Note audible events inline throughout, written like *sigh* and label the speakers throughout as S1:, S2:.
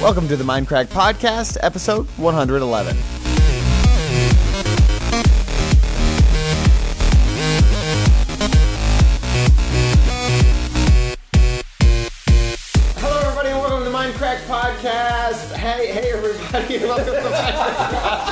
S1: Welcome to the Mindcrack Podcast, episode 111. Hello, everybody, and welcome to the Mindcrack Podcast. Hey, hey, everybody, *laughs* and welcome to the Mindcrack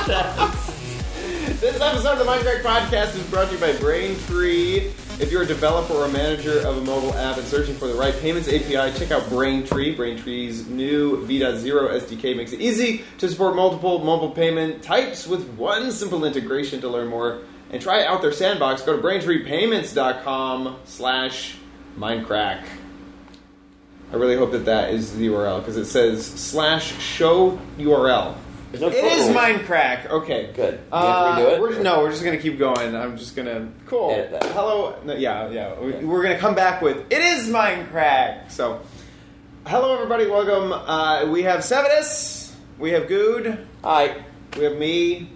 S1: Podcast. This episode of the Mindcrack Podcast is brought to you by Braintree. If you're a developer or a manager of a mobile app and searching for the right payments API, check out Braintree. Braintree's new V.0 SDK makes it easy to support multiple mobile payment types with one simple integration. To learn more and try out their sandbox, go to braintreepayments.com slash mindcrack. I really hope that that is the URL because it says slash show URL.
S2: There's no
S1: It is
S2: foothold.
S1: Minecraft. Okay,
S2: Good. You
S1: Uh,
S2: have to redo it?
S1: We're just, no, we're just gonna keep going. I'm just gonna cool.
S2: Edit that.
S1: Hello. No, yeah, yeah. We, We're gonna come back with it is Minecraft. So, hello everybody. Welcome. Uh, we have Sevenus. We have Good.
S2: Hi.
S1: We have me.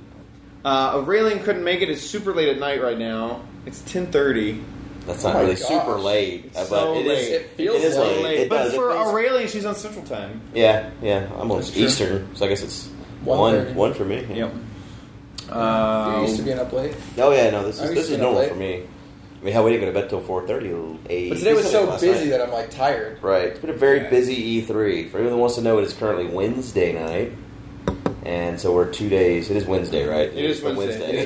S1: Uh, Aurelian couldn't make it. It's super late at night right now. It's ten thirty.
S2: That's
S3: Oh
S2: not
S3: my
S2: really
S3: gosh.
S2: super late,
S1: It's
S2: uh, but
S1: so
S2: it is.
S1: late. It
S3: feels
S2: it is
S3: so
S2: late.
S3: late.
S2: It
S1: but
S2: does. It
S1: for
S2: feels-
S1: Aurelian, she's on Central Time.
S2: yeah, yeah, I'm on
S3: That's true.
S2: Eastern, so I guess it's
S3: One
S2: one,
S3: thirty.
S2: one for me.
S1: Yep. Um, Uh,
S3: You're used to being up late.
S2: Oh yeah, no, this
S3: I
S2: is
S3: used
S2: this
S3: to
S2: is
S3: get up
S2: normal
S3: late.
S2: for me. I mean, how we didn't go to bed till four thirty.
S3: But today was so busy that I'm like tired.
S2: Right, it's been a very
S1: Yeah.
S2: busy E3. For anyone that wants to know, it is currently Wednesday night, and so we're two days. It is Wednesday, right?
S1: It is Wednesday.
S3: It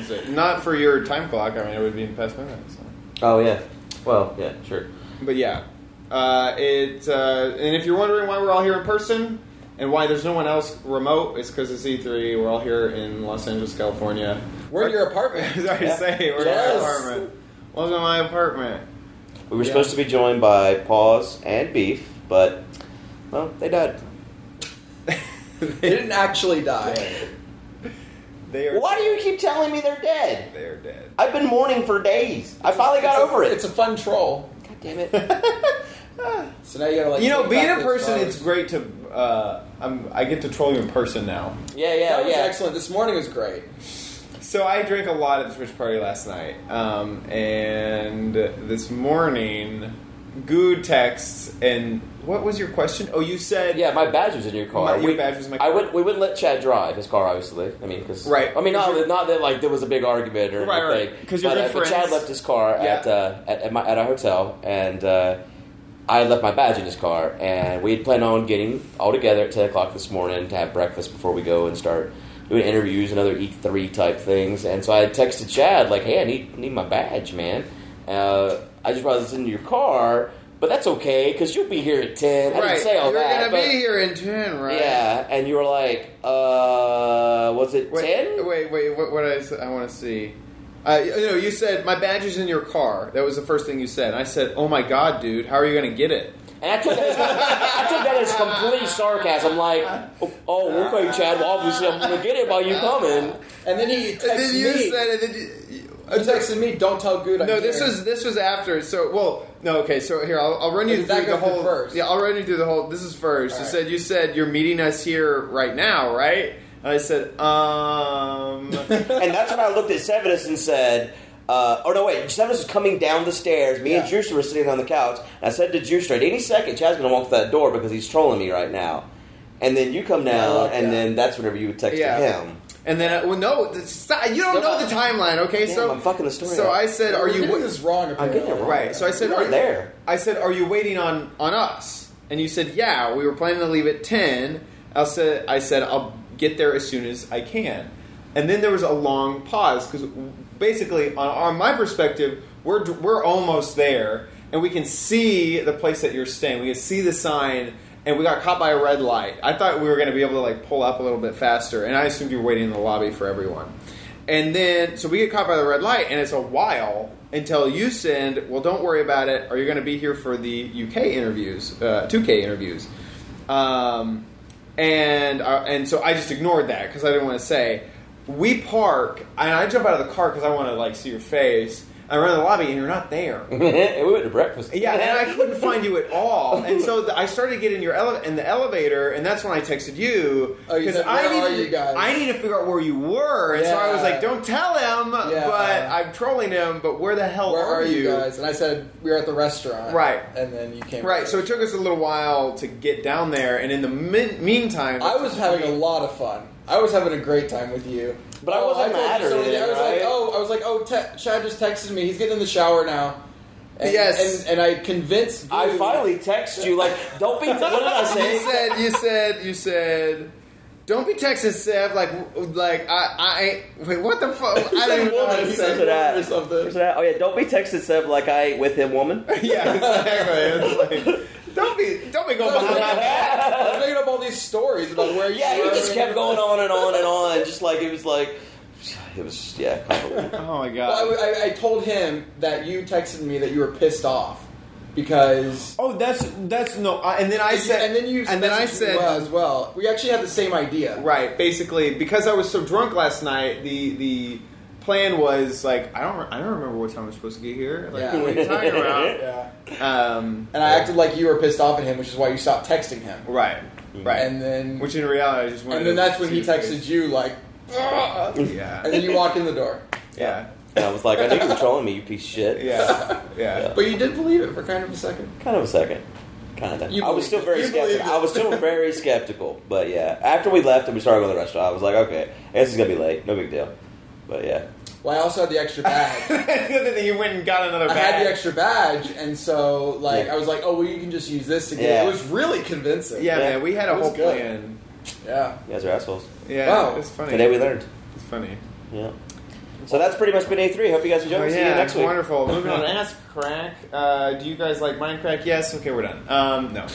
S3: is
S1: Not for your time clock. I mean, it would be past midnight. So.
S2: *laughs* oh yeah. Well, yeah, sure.
S1: But yeah, uh, it. Uh, and if you're wondering why we're all here in person and why there's no one else remote, it's because it's E3. We're all here in Los Angeles, California.
S3: We're in your
S1: As *laughs*
S3: apartment.
S1: I
S2: Yeah.
S1: say, we're in
S3: Yes.
S1: my apartment. Welcome to my apartment. *laughs*
S2: We were
S1: Yeah.
S2: supposed to be joined by Paws and Beef, but well, they died.
S3: they didn't actually die.
S1: They are.
S2: Why do you keep telling me they're dead?
S1: They're dead.
S2: I've been mourning for days. I finally got
S3: It's a-
S2: over it.
S3: It's a fun troll.
S2: God
S1: *laughs*
S2: damn it!
S3: So now you gotta like.
S1: you know,
S3: look
S1: being
S3: back
S1: in
S3: at
S1: person,
S3: photos.
S1: it's great to. Uh, I'm, I get to troll you in person now.
S2: yeah, yeah,
S3: That was
S2: yeah.
S3: excellent. This morning was great.
S1: So I drank a lot at the Switch party last night, um, and this morning, Goo texts and what was your question? Oh, you said
S2: Yeah, my badge was in your car.
S1: My- your
S2: we,
S1: badge was in my
S2: I
S1: car.
S2: would, we wouldn't let Chad drive his car, obviously. I mean, because
S1: Right.
S2: I mean, not,
S1: 'Cause you're-
S2: not that like there was a big argument or
S1: Right, right.
S2: anything.
S1: 'Cause you're
S2: but,
S1: good
S2: uh, but Chad
S1: friends.
S2: left his car
S1: Yeah.
S2: at, uh, at at, my, at our hotel, and uh, I left my badge in his car. And we had planned on getting all together at ten o'clock this morning to have breakfast before we go and start doing interviews and other E three type things. And so I had texted Chad like, "Hey, I need need my badge, man. Uh, I just realized it's in your car." But that's okay because you'll be here at ten. I
S1: right.
S2: didn't say all
S1: You're
S2: that.
S1: gonna
S2: but-
S1: be here in ten, right?
S2: yeah, and you were like, uh, was it
S1: Wait,
S2: 10?
S1: wait, wait. What, what I s- I want to see. Uh, you know, you said my badge is in your car. That was the first thing you said. And I said, "Oh my god, dude, how are you gonna get it?"
S2: And I took, that as, I took that as complete sarcasm. Like, oh, oh, okay, Chad, well, obviously I'm going to get it while you coming.
S3: And then he texted
S1: And then you
S3: me.
S1: said, and then you,
S3: he texted me, "Don't tell Good." I'm
S1: No, this
S3: here."
S1: was this was after. So, well, no, okay. So here, I'll, I'll run you
S3: Does
S1: through
S3: that
S1: the
S3: go through
S1: whole.
S3: first?
S1: Yeah, I'll run you through the whole. This is first. you
S3: All right.
S1: said you said you're meeting us here right now, right? And I said,
S3: *laughs*
S1: um,
S2: And that's when I looked at Sevinus and said, uh, oh, no, wait, Sevinus was coming down the stairs. Me and
S3: Yeah.
S2: Juicer were sitting on the couch. And I said to Juicer, at any second, Chad's going to walk through that door because he's trolling me right now. And then you come
S3: Yeah, I
S2: down,
S3: like
S2: and
S3: that.
S2: then that's whenever you would text
S1: Oh, Yeah.
S2: him.
S1: and then I, well, no, stop, you don't
S2: Come
S1: know
S2: on.
S1: the timeline, okay?
S2: Damn,
S1: so
S2: I'm fucking the story
S1: So
S2: up.
S1: I said,
S3: We're
S1: are you?
S3: getting
S1: wa-
S3: this wrong?
S2: I'm getting it wrong.
S1: Right. So I said,
S2: You
S1: are
S2: were
S1: you-
S2: there. *laughs*
S1: I said, "Are you waiting on on us?" And you said, "Yeah, we were planning to leave at 10. I said, "I said I'll get there as soon as I can." And then there was a long pause because basically, on, on my perspective, we're d- we're almost there, and we can see the place that you're staying. We can see the sign. And we got caught by a red light. I thought we were going to be able to like pull up a little bit faster, and I assumed you were waiting in the lobby for everyone. And then, so we get caught by the red light, and it's a while until you send, well, don't worry about it. Are you going to be here for the UK interviews, uh, 2K interviews? Um, and uh, and so I just ignored that because I didn't want to say. We park, and I jump out of the car because I want to like see your face. I run in the lobby, and you're not there.
S4: we went to breakfast.
S1: Yeah, and
S3: *laughs*
S1: I couldn't find you at all. And so th I started to get in your ele- in the elevator, and that's when I texted you
S3: Oh, you said,
S1: I
S3: "Where
S1: need
S3: are you guys?"
S1: I need to figure out where you were. And so I was
S3: Yeah.
S1: like, "Don't tell him,"
S3: Yeah.
S1: but I'm trolling him. But where the hell
S3: Where are you guys? And I said we were at the restaurant.
S1: Right.
S3: And then you came.
S1: Right. So it took us a little while to get down there, and in the min- meantime,
S3: I was having a lot of fun. I was having a great time with you.
S4: But I
S3: Oh,
S4: wasn't
S3: told you
S4: mad or
S3: something. I
S4: anything,
S3: was
S4: right?
S3: like, oh, I was like, oh, te- Chad just texted me. He's getting in the shower now. And,
S1: Yes.
S3: And, and I convinced. Dude,
S4: I
S3: *laughs*
S4: finally text you like, don't be. What did I
S1: *laughs* You
S4: say?
S1: said you said you said. Don't be texting Seth like like I I wait what the
S3: *laughs*
S1: fuck I don't even know how to
S3: He
S1: say
S3: said
S1: it.
S3: that. or something.
S4: Where's that? Oh yeah, don't be texting Seb like I ain't with him, woman.
S1: *laughs* yeah exactly it's like, don't be don't be going behind my back
S3: I was making up all these stories about where you
S4: Yeah, he
S3: were.
S4: just kept going on and on and on, just like it was like, it was yeah. convoluted.
S1: oh my god
S3: Well, I, I, I told him that you texted me that you were pissed off because.
S1: Oh, that's that's no. I and then I said,
S3: and then you
S1: and then I
S3: messaged me
S1: said,
S3: well as well. We actually had the same idea.
S1: right. Basically, because I was so drunk last night, the the plan was like I don't re- I don't remember what time I was supposed to get here. Like,
S3: Yeah.
S1: what are you talking about?
S3: Yeah.
S1: Um,
S3: *laughs* And I acted like you were pissed off at him, which is why you stopped texting him.
S1: right, right.
S3: And then
S1: which in reality, I just wanted
S3: and then
S1: to
S3: that's when
S1: see
S3: he
S1: your
S3: texted you like, "Ugh."
S1: face. Yeah,
S3: and then
S1: *laughs*
S3: you walk in the door. *laughs*
S1: yeah,
S4: And I was like, I knew you were trolling me, you piece of shit.
S1: yeah, yeah.
S3: But you did believe it for kind of a second.
S4: Kind of a second. Kind of.
S3: You
S4: I was
S3: believed
S4: still
S3: it.
S4: very
S3: You
S4: skeptical.
S3: believed it.
S4: I was still very skeptical. But yeah, after we left and we started going to the restaurant, I was like, okay, I guess it's going to be late. No big deal. But yeah.
S3: Well, I also had the extra badge.
S1: Then you went *laughs* and got another
S3: I had
S1: bag.
S3: the extra badge, and so like
S4: Yeah.
S3: I was like, oh well, you can just use this to get.
S4: Yeah.
S3: It was really convincing.
S1: yeah,
S4: Yeah.
S1: man, we had a
S3: It was
S1: whole
S3: good.
S1: plan.
S3: yeah.
S4: You guys are assholes.
S1: Oh, Yeah,
S3: Wow.
S1: it's funny.
S4: Today we learned.
S1: it's funny.
S4: Yeah. So that's pretty much been A3. Hope you guys enjoyed.
S1: Oh,
S4: See
S1: yeah,
S4: you next week.
S1: Wonderful. Moving on. Ask Crack. Uh, do you guys like Minecraft? Yes. Okay, we're done. Um, no.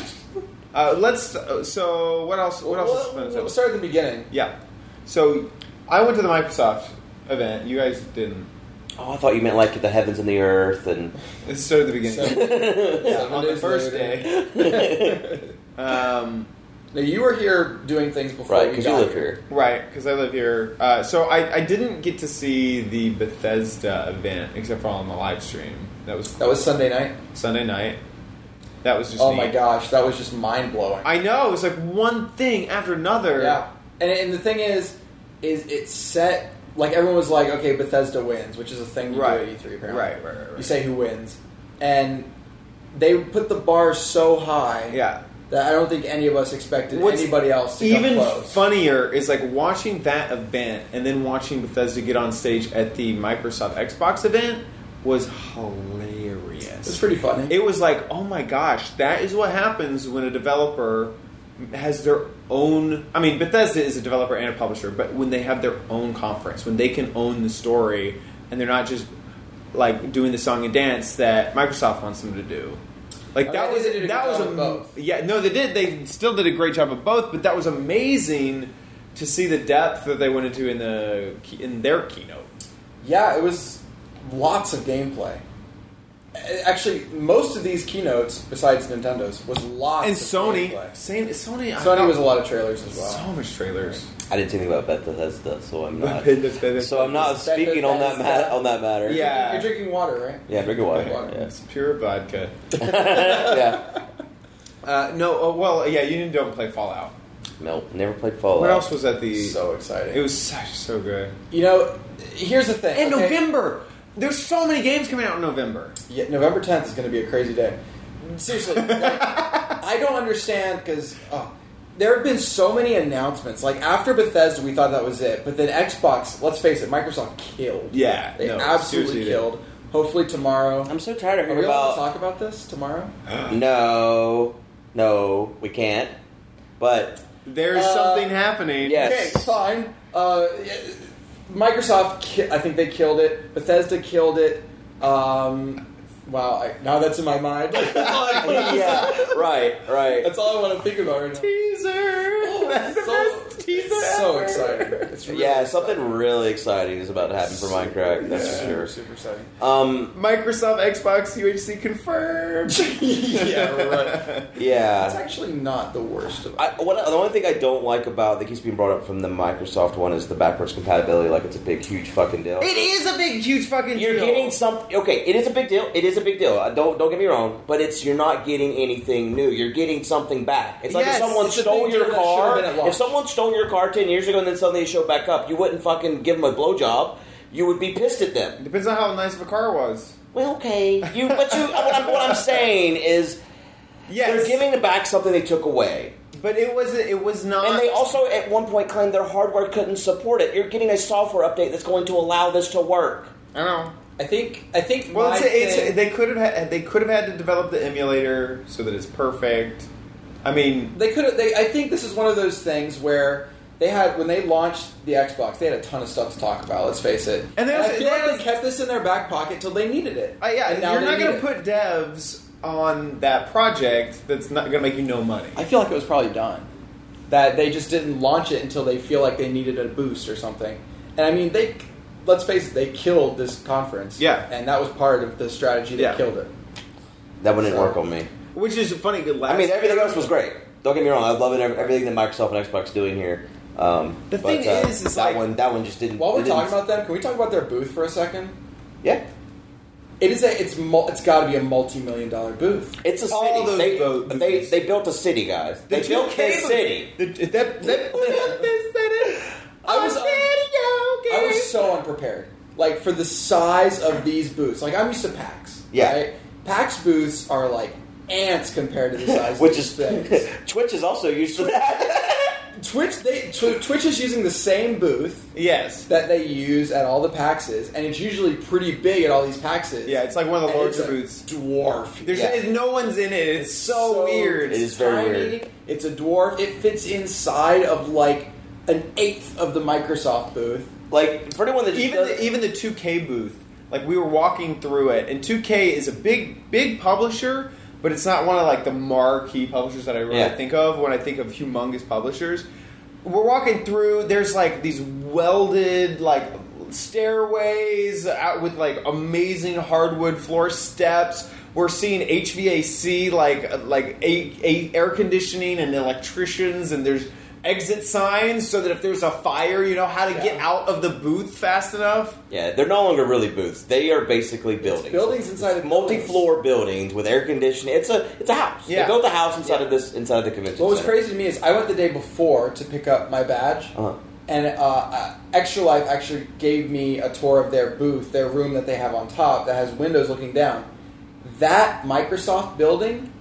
S1: Uh, let's. Uh, so what else? What else?
S3: Well,
S1: is
S3: we'll start at the beginning.
S1: yeah. So I went to the Microsoft event. You guys didn't.
S4: *laughs* Oh, I thought you meant like the heavens and the earth
S1: *laughs*
S4: and. *laughs*
S1: It started at the beginning.
S3: So,
S1: Yeah, on the
S3: days
S1: first
S3: later.
S1: day. *laughs* Um,
S3: Now you were here doing things before.
S4: right,
S3: we
S4: because you
S3: got
S4: live here.
S1: right, because I live here. Uh, so I, I didn't get to see the Bethesda event except for on the live stream. That was
S3: That was Sunday night.
S1: Sunday night. That was just.
S3: oh my
S1: neat.
S3: gosh, that was just mind blowing.
S1: I know. It was like one thing after another.
S3: Yeah, and and the thing is, is it set like everyone was like, okay, Bethesda wins, which is a thing you
S1: Right.
S3: do at E3 apparently.
S1: Right, right, right, right.
S3: You say who wins, and they put the bar so high
S1: Yeah.
S3: that I don't think any of us expected
S1: What's
S3: anybody else to
S1: Even
S3: come close.
S1: funnier is like watching that event and then watching Bethesda get on stage at the Microsoft Xbox event was
S3: It's
S1: hilarious.
S3: pretty funny.
S1: It was like, oh my gosh, that is what happens when a developer has their own. I mean, Bethesda is a developer and a publisher, but when they have their own conference, when they can own the story and they're not just like doing the song and dance that Microsoft wants them to do. Like
S3: I
S1: that
S3: mean,
S1: was
S3: they did a
S1: that
S3: good
S1: was
S3: job
S1: a,
S3: of both.
S1: yeah no they did they still did a great job of both but that was amazing to see the depth that they went into in the in their keynote
S3: yeah, it was lots of gameplay. A- Actually, most of these keynotes, besides Nintendo's, was lots
S1: and
S3: of
S1: Sony
S3: gameplay.
S1: same Sony I
S3: Sony
S1: thought-
S3: was a lot of trailers as well.
S1: so much trailers
S4: I didn't see anything about Bethesda, so I'm
S1: *laughs*
S4: not.
S1: Bethesda.
S4: so I'm not speaking on that
S3: Bethesda.
S4: ma- on that matter.
S1: Yeah.
S3: You're drinking water, right?
S4: Yeah, drink your water.
S3: Water.
S4: Yeah.
S2: *laughs*
S1: it's pure vodka
S4: yeah.
S1: uh, no oh, well yeah you don't play Fallout
S4: Nope. Never played Fallout.
S1: what else was at the
S3: So exciting.
S1: it was such so good
S3: You know, here's the thing.
S1: and
S3: okay?
S1: November there's so many games coming out in November
S3: Yeah, November 10th is going to be a crazy day. Seriously, like, I don't understand because oh, there have been so many announcements. Like after Bethesda, we thought that was it, but then Xbox. Let's face it, Microsoft killed.
S1: Yeah,
S3: they
S1: no, seriously
S3: absolutely
S1: they-
S3: killed. Hopefully tomorrow.
S4: I'm so tired of
S3: Are we
S4: hearing
S3: allowed to
S4: about.
S3: talk about this tomorrow?
S4: No, no, we can't. But
S1: there's
S3: Uh,
S1: something happening
S4: yeah.
S3: Okay,
S4: Yes.
S3: fine. Uh, yeah, Microsoft, ki- I think they killed it. Bethesda killed it. Um, wow, I, now that's in my mind.
S4: yeah,
S2: right, right.
S3: That's all I want to think about right now.
S1: Teaser. *laughs* That's the
S3: so-
S1: best teaser.
S3: so
S1: ever.
S3: exciting. It's really
S2: yeah,
S3: exciting.
S2: something really exciting is about to happen for Minecraft. That's
S3: yeah.
S2: for sure.
S3: Super exciting.
S2: Um,
S1: Microsoft Xbox UHC confirmed.
S3: *laughs* *laughs* Yeah, That's
S2: yeah.
S3: actually not the worst of it.
S2: I, what, the only thing I don't like about that keeps being brought up from the Microsoft one is the backwards compatibility. Like it's a big, huge fucking deal.
S1: It is a big, huge fucking
S2: You're
S1: deal.
S2: getting something. Okay, it is a big deal. It is a big deal. Uh, Don't don't get me wrong, but it's you're not getting anything new. You're getting something back. It's like
S1: Yes,
S2: if someone
S1: it's
S3: a
S2: stole
S3: big deal
S2: your
S3: that
S2: car.
S3: should've been at launch.
S2: If someone stole your car ten years ago and then suddenly they show back up, you wouldn't fucking give them a blowjob. You would be pissed at them.
S1: Depends on how nice of a car was.
S2: Well, okay, you. But you. what, I'm, what I'm saying is,
S1: Yes,
S2: they're giving the back something they took away,
S1: but it was it was not.
S2: and they also at one point claimed their hardware couldn't support it. You're getting a software update that's going to allow this to work.
S1: I don't know.
S3: I think. I think.
S1: Well,
S3: my
S1: it's, it's,
S3: thing-
S1: they could have had, they could have had to develop the emulator so that it's perfect. I mean,
S3: They could have. They, I think this is one of those things where they had when they launched the Xbox, they had a ton of stuff to talk about. Let's face it.
S1: And they also-
S3: I feel
S1: they
S3: like
S1: also-
S3: they kept this in their back pocket till they needed it.
S1: I, yeah,
S3: And now
S1: you're
S3: they
S1: not
S3: need
S1: going to
S3: it.
S1: put devs on that project that's not going to make you no money.
S3: I feel like it was probably done. That they just didn't launch it until they feel like they needed a boost or something. And I mean, they. Let's face it, they killed this conference.
S1: Yeah.
S3: And that was part of the strategy that
S1: Yeah.
S3: killed it.
S2: That wouldn't
S3: So-
S2: work on me.
S1: Which is funny. Good.
S2: I mean, everything else was great. Don't get me wrong. I love it, everything that Microsoft and Xbox doing here. Um,
S1: The
S2: but,
S1: thing
S2: uh,
S1: is, is
S2: that
S1: like-
S2: one that one just didn't.
S3: While
S2: it
S3: we're
S2: didn't-
S3: talking about them, can we talk about their booth for a second?
S2: yeah,
S3: It is a. It's mul- it's got to be a multi-million dollar booth.
S2: it's a city.
S1: All those
S2: they,
S1: boats.
S2: they they built a city, guys.
S1: The
S2: They built
S1: 2K
S2: this
S1: was-
S2: city.
S1: The, that, that, this city.
S3: I was-
S1: on video
S3: I
S1: game.
S3: was so unprepared. Like for the size of these booths. Like I'm used to PAX.
S2: Yeah.
S3: Right? PAX booths are like ants compared to
S2: *laughs*
S3: the size
S2: Which
S3: of
S2: is
S3: these things.
S2: *laughs* Twitch is also used to that. *laughs*
S3: Twitch they Tw- Twitch is using the same booth
S1: yes.
S3: that they use at all the PAXes, and it's usually pretty big at all these PAXes.
S1: Yeah, it's like one of the
S3: And it's
S1: larger
S3: a
S1: booths.
S3: Dwarf.
S1: There's
S2: Yeah.
S1: no one's in it. It's so, weird.
S2: It is very
S3: tiny.
S2: weird.
S3: It's a dwarf. It fits inside of like an eighth of the Microsoft booth.
S2: like for anyone that just
S1: even
S2: does-
S1: the, even the 2K booth, like we were walking through it, and 2K is a big big publisher, but it's not one of like the marquee publishers that I really
S2: Yeah.
S1: think of when I think of humongous publishers. We're walking through. There's like these welded like stairways out with like amazing hardwood floor steps. We're seeing HVAC like like a, a air conditioning and electricians, and there's exit signs so that if there's a fire, you know how to get
S3: Yeah.
S1: out of the booth fast enough.
S2: yeah, they're no longer really booths. They are basically buildings.
S3: Buildings inside of
S2: Multi-floor buildings with air conditioning. It's a it's a house.
S1: Yeah.
S2: They built a house inside of this inside of the convention.
S3: What was
S2: center.
S3: crazy to me is I went the day before to pick up my badge,
S2: Uh-huh.
S3: and uh, uh, Extra Life actually gave me a tour of their booth, their room that they have on top that has windows looking down. That Microsoft building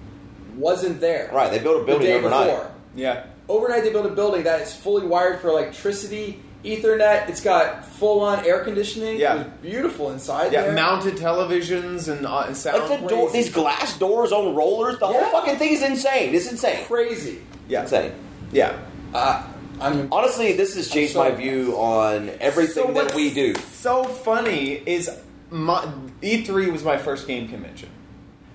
S3: wasn't there.
S2: Right, they built a building
S3: the day
S2: overnight.
S3: Before.
S1: Yeah,
S3: Overnight, they built a building that is fully wired for electricity, Ethernet. It's got full-on air conditioning.
S1: Yeah.
S3: it was beautiful inside
S1: yeah.
S3: there.
S1: Mounted televisions and, uh, and sound.
S2: Like the door,
S3: crazy.
S2: these glass doors on rollers, the
S3: Yeah.
S2: whole fucking thing is insane. It's insane.
S3: crazy.
S1: yeah,
S2: Insane.
S1: yeah.
S3: Uh, I'm
S2: Honestly, this has changed
S3: so
S2: my
S3: impressed.
S2: view on everything
S1: So
S2: that
S1: what's
S2: we do.
S1: So funny is my, E3 was my first game convention.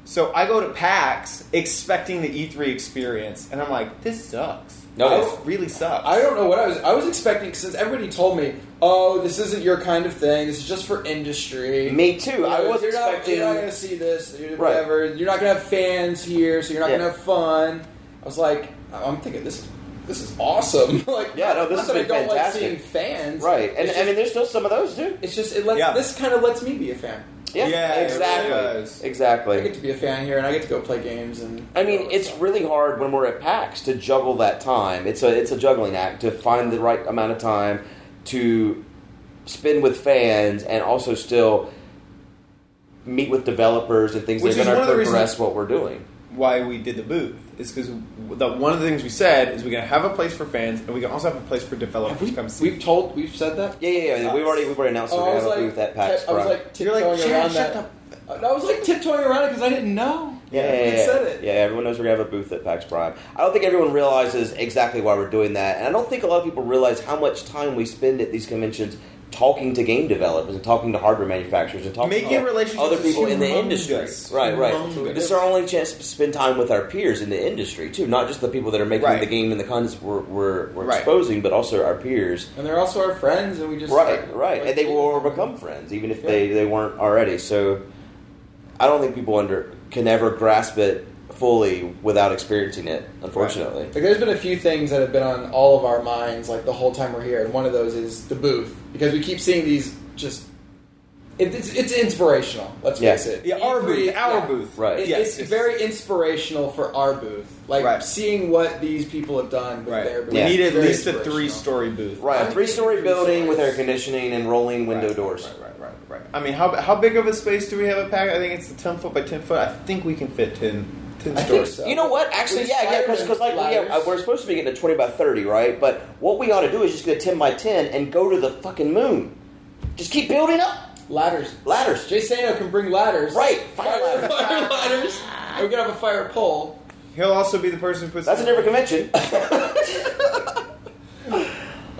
S1: So I go to PAX expecting the E3 experience, and I'm like, this sucks.
S2: No,
S1: this
S2: it's-
S1: really sucks.
S3: I don't know what I was. I was expecting since everybody told me, "Oh, this isn't your kind of thing. This is just for industry."
S2: Me too. I was
S3: you're not-
S2: expecting.
S3: you're not going to see this. You're,
S2: Right.
S3: Whatever. You're not going to have fans here, so you're not
S2: Yeah.
S3: going to have fun. I was like, I'm thinking this is this is awesome. *laughs* like,
S2: Yeah, no, this has
S3: not that I
S2: been
S3: don't
S2: fantastic.
S3: like seeing fans,
S2: right, and
S3: it's
S2: I
S3: just,
S2: mean, there's still some of those too.
S3: it's just it lets
S1: Yeah.
S3: this kind of lets me be a fan.
S2: Yeah,
S1: Yeah, it
S2: exactly,
S1: really does.
S3: I get
S2: exactly.
S3: to be a fan here, and I get to go play games. And
S2: I mean, it's really hard when we're at PAX to juggle that time. It's a it's a juggling act to find the right amount of time to spend with fans and also still meet with developers and things
S1: Which
S2: that
S1: is
S2: are
S1: one
S2: going
S1: of
S2: to
S1: the
S2: progress
S1: reasons-
S2: what we're doing.
S1: why we did the booth is because the one of the things we said is we're gonna have a place for fans, and we can also have a place for developers
S3: have we,
S1: to come see.
S3: we've told we've said that.
S2: Yeah, yeah, yeah. We've already we've already announced
S3: Oh,
S2: we're
S3: I
S2: going
S3: was
S2: to have a
S3: like,
S2: booth at PAX.
S3: tip- I was
S2: Prime.
S3: like
S1: You're like,
S3: tiptoeing around
S1: "Shannon,
S3: that.
S1: shut
S3: I was like tiptoeing around it because I didn't know.
S2: Yeah, yeah,
S3: Everyone
S2: yeah.
S3: said it.
S2: Yeah, everyone knows we're gonna have a booth at PAX Prime. I don't think everyone realizes exactly why we're doing that, and I don't think a lot of people realize how much time we spend at these conventions talking to game developers and talking to hardware manufacturers and talking
S1: Making
S2: to
S1: relationships
S2: other
S1: is
S2: people in the industry.
S1: humongous.
S2: Right, right.
S1: Humongous.
S2: This is our only chance to spend time with our peers in the industry too, not just the people that are making
S1: Right.
S2: the game and the contents we're, we're, we're
S1: Right.
S2: exposing, but also our peers.
S3: and they're also our friends, and we just
S2: Right, right.
S3: like-
S2: And they will become friends, even if they, they weren't already. So I don't think people under can ever grasp it fully without experiencing it, unfortunately.
S3: Like, there's been a few things that have been on all of our minds, like the whole time we're here, and one of those is the booth because we keep seeing these. Just it, it's, it's inspirational. Let's
S2: Yeah.
S3: face it.
S1: Yeah, our
S3: E3
S1: booth, our
S3: yeah.
S1: booth,
S2: Right.
S3: Uh, It-
S1: Yes,
S3: it's
S1: yes.
S3: very inspirational for our booth. Like
S1: Right.
S3: seeing what these people have done with their
S1: Right.
S3: booth.
S1: We
S2: Yeah.
S1: need at
S3: Very
S1: least a
S3: inspirational.
S1: three-story booth.
S2: Right, a
S3: Right.
S2: three story
S3: Three
S2: building with air
S3: stories.
S2: conditioning and rolling window doors.
S1: Right, right, right, right. I mean, how how big of a space do we have at Pack? I think it's a ten foot by ten foot. I think we can fit 10, 10
S3: I think
S1: stores.
S3: so.
S2: You know what? Actually,
S3: We
S2: yeah, yeah, because
S3: slide
S2: like
S3: them
S2: yeah,
S3: ladders.
S2: we're supposed to be getting a twenty by thirty, right? But what we ought to do is just get a ten by ten and go to the fucking moon. Just keep building up
S3: Ladders.
S2: ladders.
S3: Jay Sano can bring ladders.
S2: Right, fire ladders.
S3: Fire ladders. And we can have a fire pole.
S1: He'll also be the person who puts.
S2: That's a different convention.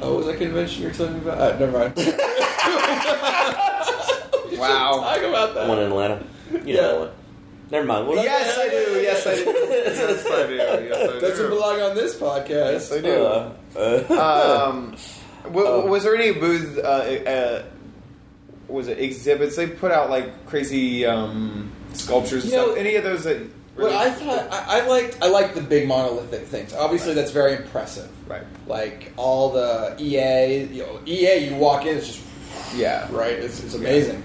S3: Oh, was that convention you're telling me about? Uh,
S1: *laughs*
S3: never mind.
S1: *laughs* wow.
S3: Talk about
S2: one
S3: that.
S2: in Atlanta. You
S3: Yeah.
S2: know what? Never mind. Well,
S1: Yes, I do. Yes, I do. Yes, I do. Yes, I
S3: *laughs*
S1: do.
S3: Doesn't belong on this
S1: Yes, I
S3: podcast.
S1: do.
S2: uh, uh, *laughs*
S1: um, w-
S2: Oh.
S1: was there any booth? Uh, uh, was it exhibits? They put out like crazy um, sculptures. and
S3: You know-
S1: stuff. any of those that?
S3: Well, I thought I, I liked I liked the big monolithic things. Obviously, that's very impressive.
S1: right.
S3: Like all the EA, you know, EA, you walk in, it's just
S1: Yeah.
S3: right. It's, it's amazing,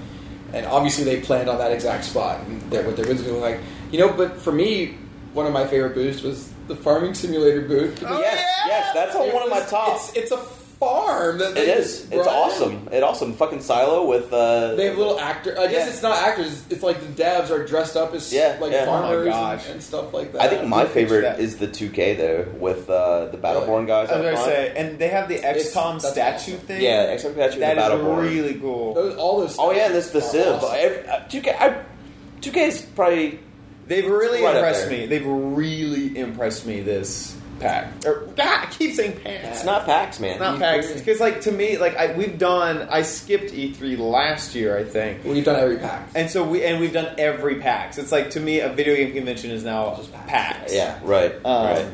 S3: and obviously they planned on that exact spot. And they're, what their booths doing, like you know. But for me, one of my favorite booths was the farming simulator booth.
S1: Oh,
S2: yes,
S1: yeah!
S2: yes, *laughs* that's on
S3: It
S2: one of my
S3: was-
S2: top.
S3: It's, it's a farm. That
S2: It
S3: they
S2: is.
S3: just
S2: It's
S3: brought in.
S2: awesome. It's awesome. Fucking silo with uh,
S3: They have little actor. I guess
S2: Yeah.
S3: it's not actors. It's like the devs are dressed up as
S2: Yeah,
S3: like
S2: yeah. Oh my
S3: farmers
S1: gosh.
S3: and, and stuff like that.
S2: I think my
S1: Picture that.
S2: favorite is the 2K though with uh, the Battleborn guys.
S1: I was
S2: up
S1: gonna
S2: front.
S1: say, and they have the
S3: It's-
S1: XCOM
S3: that's
S1: statue
S3: awesome.
S1: thing.
S2: Yeah, except that you
S1: that
S2: the
S1: is
S2: Battleborn.
S1: really cool.
S3: Those, all those.
S2: Oh yeah, and this the
S3: are
S2: Civ.
S3: awesome.
S2: Every- uh, 2K, I, 2K is probably
S1: They've really
S2: Right up
S1: impressed
S2: there.
S1: me. They've really impressed me this pack. Or, ah, I keep saying packs.
S2: it's not PAX, man.
S1: It's not
S3: E3.
S1: packs because, like, to me, like I, we've done. I skipped E3 last year, I think,
S3: We've done every pack.
S1: and so we and we've done every PAX. It's like to me, a video game convention is now
S3: Just PAX.
S1: PAX.
S2: yeah, right.
S1: Um,
S2: right.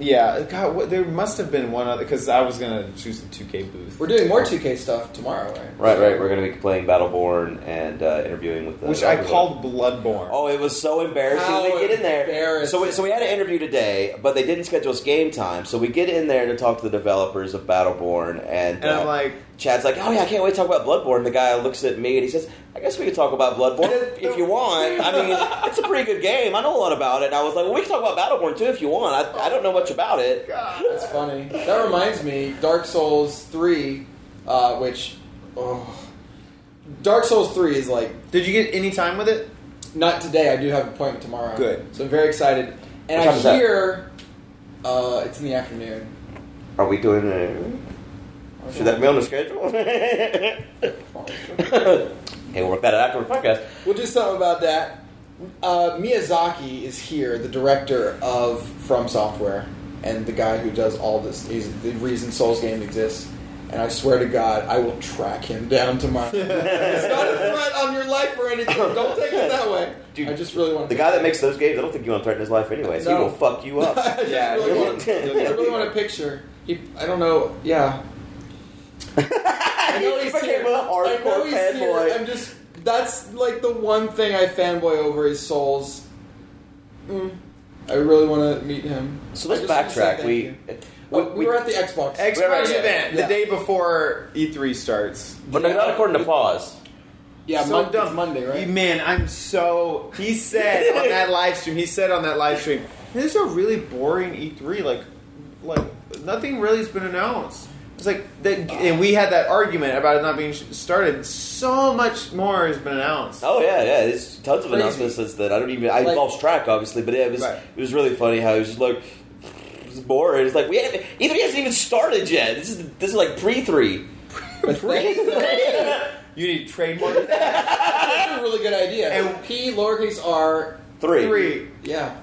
S1: Yeah. God, what, there must have been one other because I was gonna choose the 2K booth,
S3: We're doing more 2K stuff tomorrow, right?
S2: Right, right. We're gonna be playing Battleborn and uh, interviewing with the
S1: which I
S2: Battleborn.
S1: called Bloodborne.
S2: Oh, it was so embarrassing
S3: How
S2: to get in there.
S3: embarrassing.
S2: So we, so we had an interview today, but they didn't schedule us game time. So we get in there to talk to the developers of Battleborn,
S1: and
S2: and, uh,
S1: I'm like,
S2: Chad's like, "Oh yeah, I can't wait to talk about Bloodborne." The guy looks at me and he says, "I guess we could talk about Bloodborne if you want. I mean, it's a pretty good game. I know a lot about it." And I was like, "Well, we can talk about Battleborn too if you want. I, I don't know much about it."
S1: God.
S3: That's funny. That reminds me, Dark Souls 3, uh, which, oh, Dark Souls 3 is like
S1: Did you get any time with it?
S3: not today. I do have an appointment tomorrow.
S1: Good.
S3: So I'm very excited. And
S2: What time is
S3: I
S2: that?
S3: hear uh, it's in the afternoon.
S2: Are we doing a? Should that be on the schedule? *laughs* hey, we'll work that out after the podcast.
S3: We'll do something about that. Uh, Miyazaki is here, the director of From Software, and the guy who does all this. He's the reason Souls game exists. And I swear to God, I will track him down tomorrow. it's not a threat on your life or anything. Don't take it that way.
S2: Dude,
S3: I just really want
S2: The guy that makes those games, I don't think you want to threaten his life anyway. So
S3: No.
S2: he will fuck you
S3: I
S2: up. *laughs*
S3: just
S1: Yeah,
S3: really
S2: you'll-
S3: want- I really want a picture. He, I don't know. Yeah, *laughs* I know he's
S2: became
S3: here.
S2: a
S3: I know
S2: hardcore
S3: he's here.
S2: fanboy.
S3: I'm just that's like the one thing I fanboy over is Souls. Mm. I really want to meet him.
S2: So
S3: I
S2: let's
S3: just wanna say
S2: backtrack.
S3: thank
S2: We,
S3: you. Oh, we, were at the Xbox.
S1: Xbox
S2: yeah,
S1: event
S3: yeah.
S1: the day before E3 starts.
S2: but not according to pause.
S3: yeah,
S1: So
S3: Mon- it's
S1: dumb.
S3: Monday, right?
S1: Man, I'm so. He said
S3: *laughs*
S1: on that live stream. He said on that live stream, "This is a really boring E3. Like, like nothing really has been announced." It's like that, and we had that argument about it not being sh- started. So much more has been announced.
S2: Oh yeah, yeah. There's tons of
S3: Crazy.
S2: announcements since then. I don't even. I
S3: Like-
S2: lost track, obviously, but yeah, it was
S1: Right.
S2: it was really funny how it was just like it was boring. It's like we haven't, either he hasn't even started yet. This is this is like pre three.
S1: *laughs*
S3: Bethesda-
S1: You need *laughs* trademark that.
S3: That's a really good idea.
S1: And-
S3: P lowercase r.
S2: Three.
S1: E three,
S3: Yeah.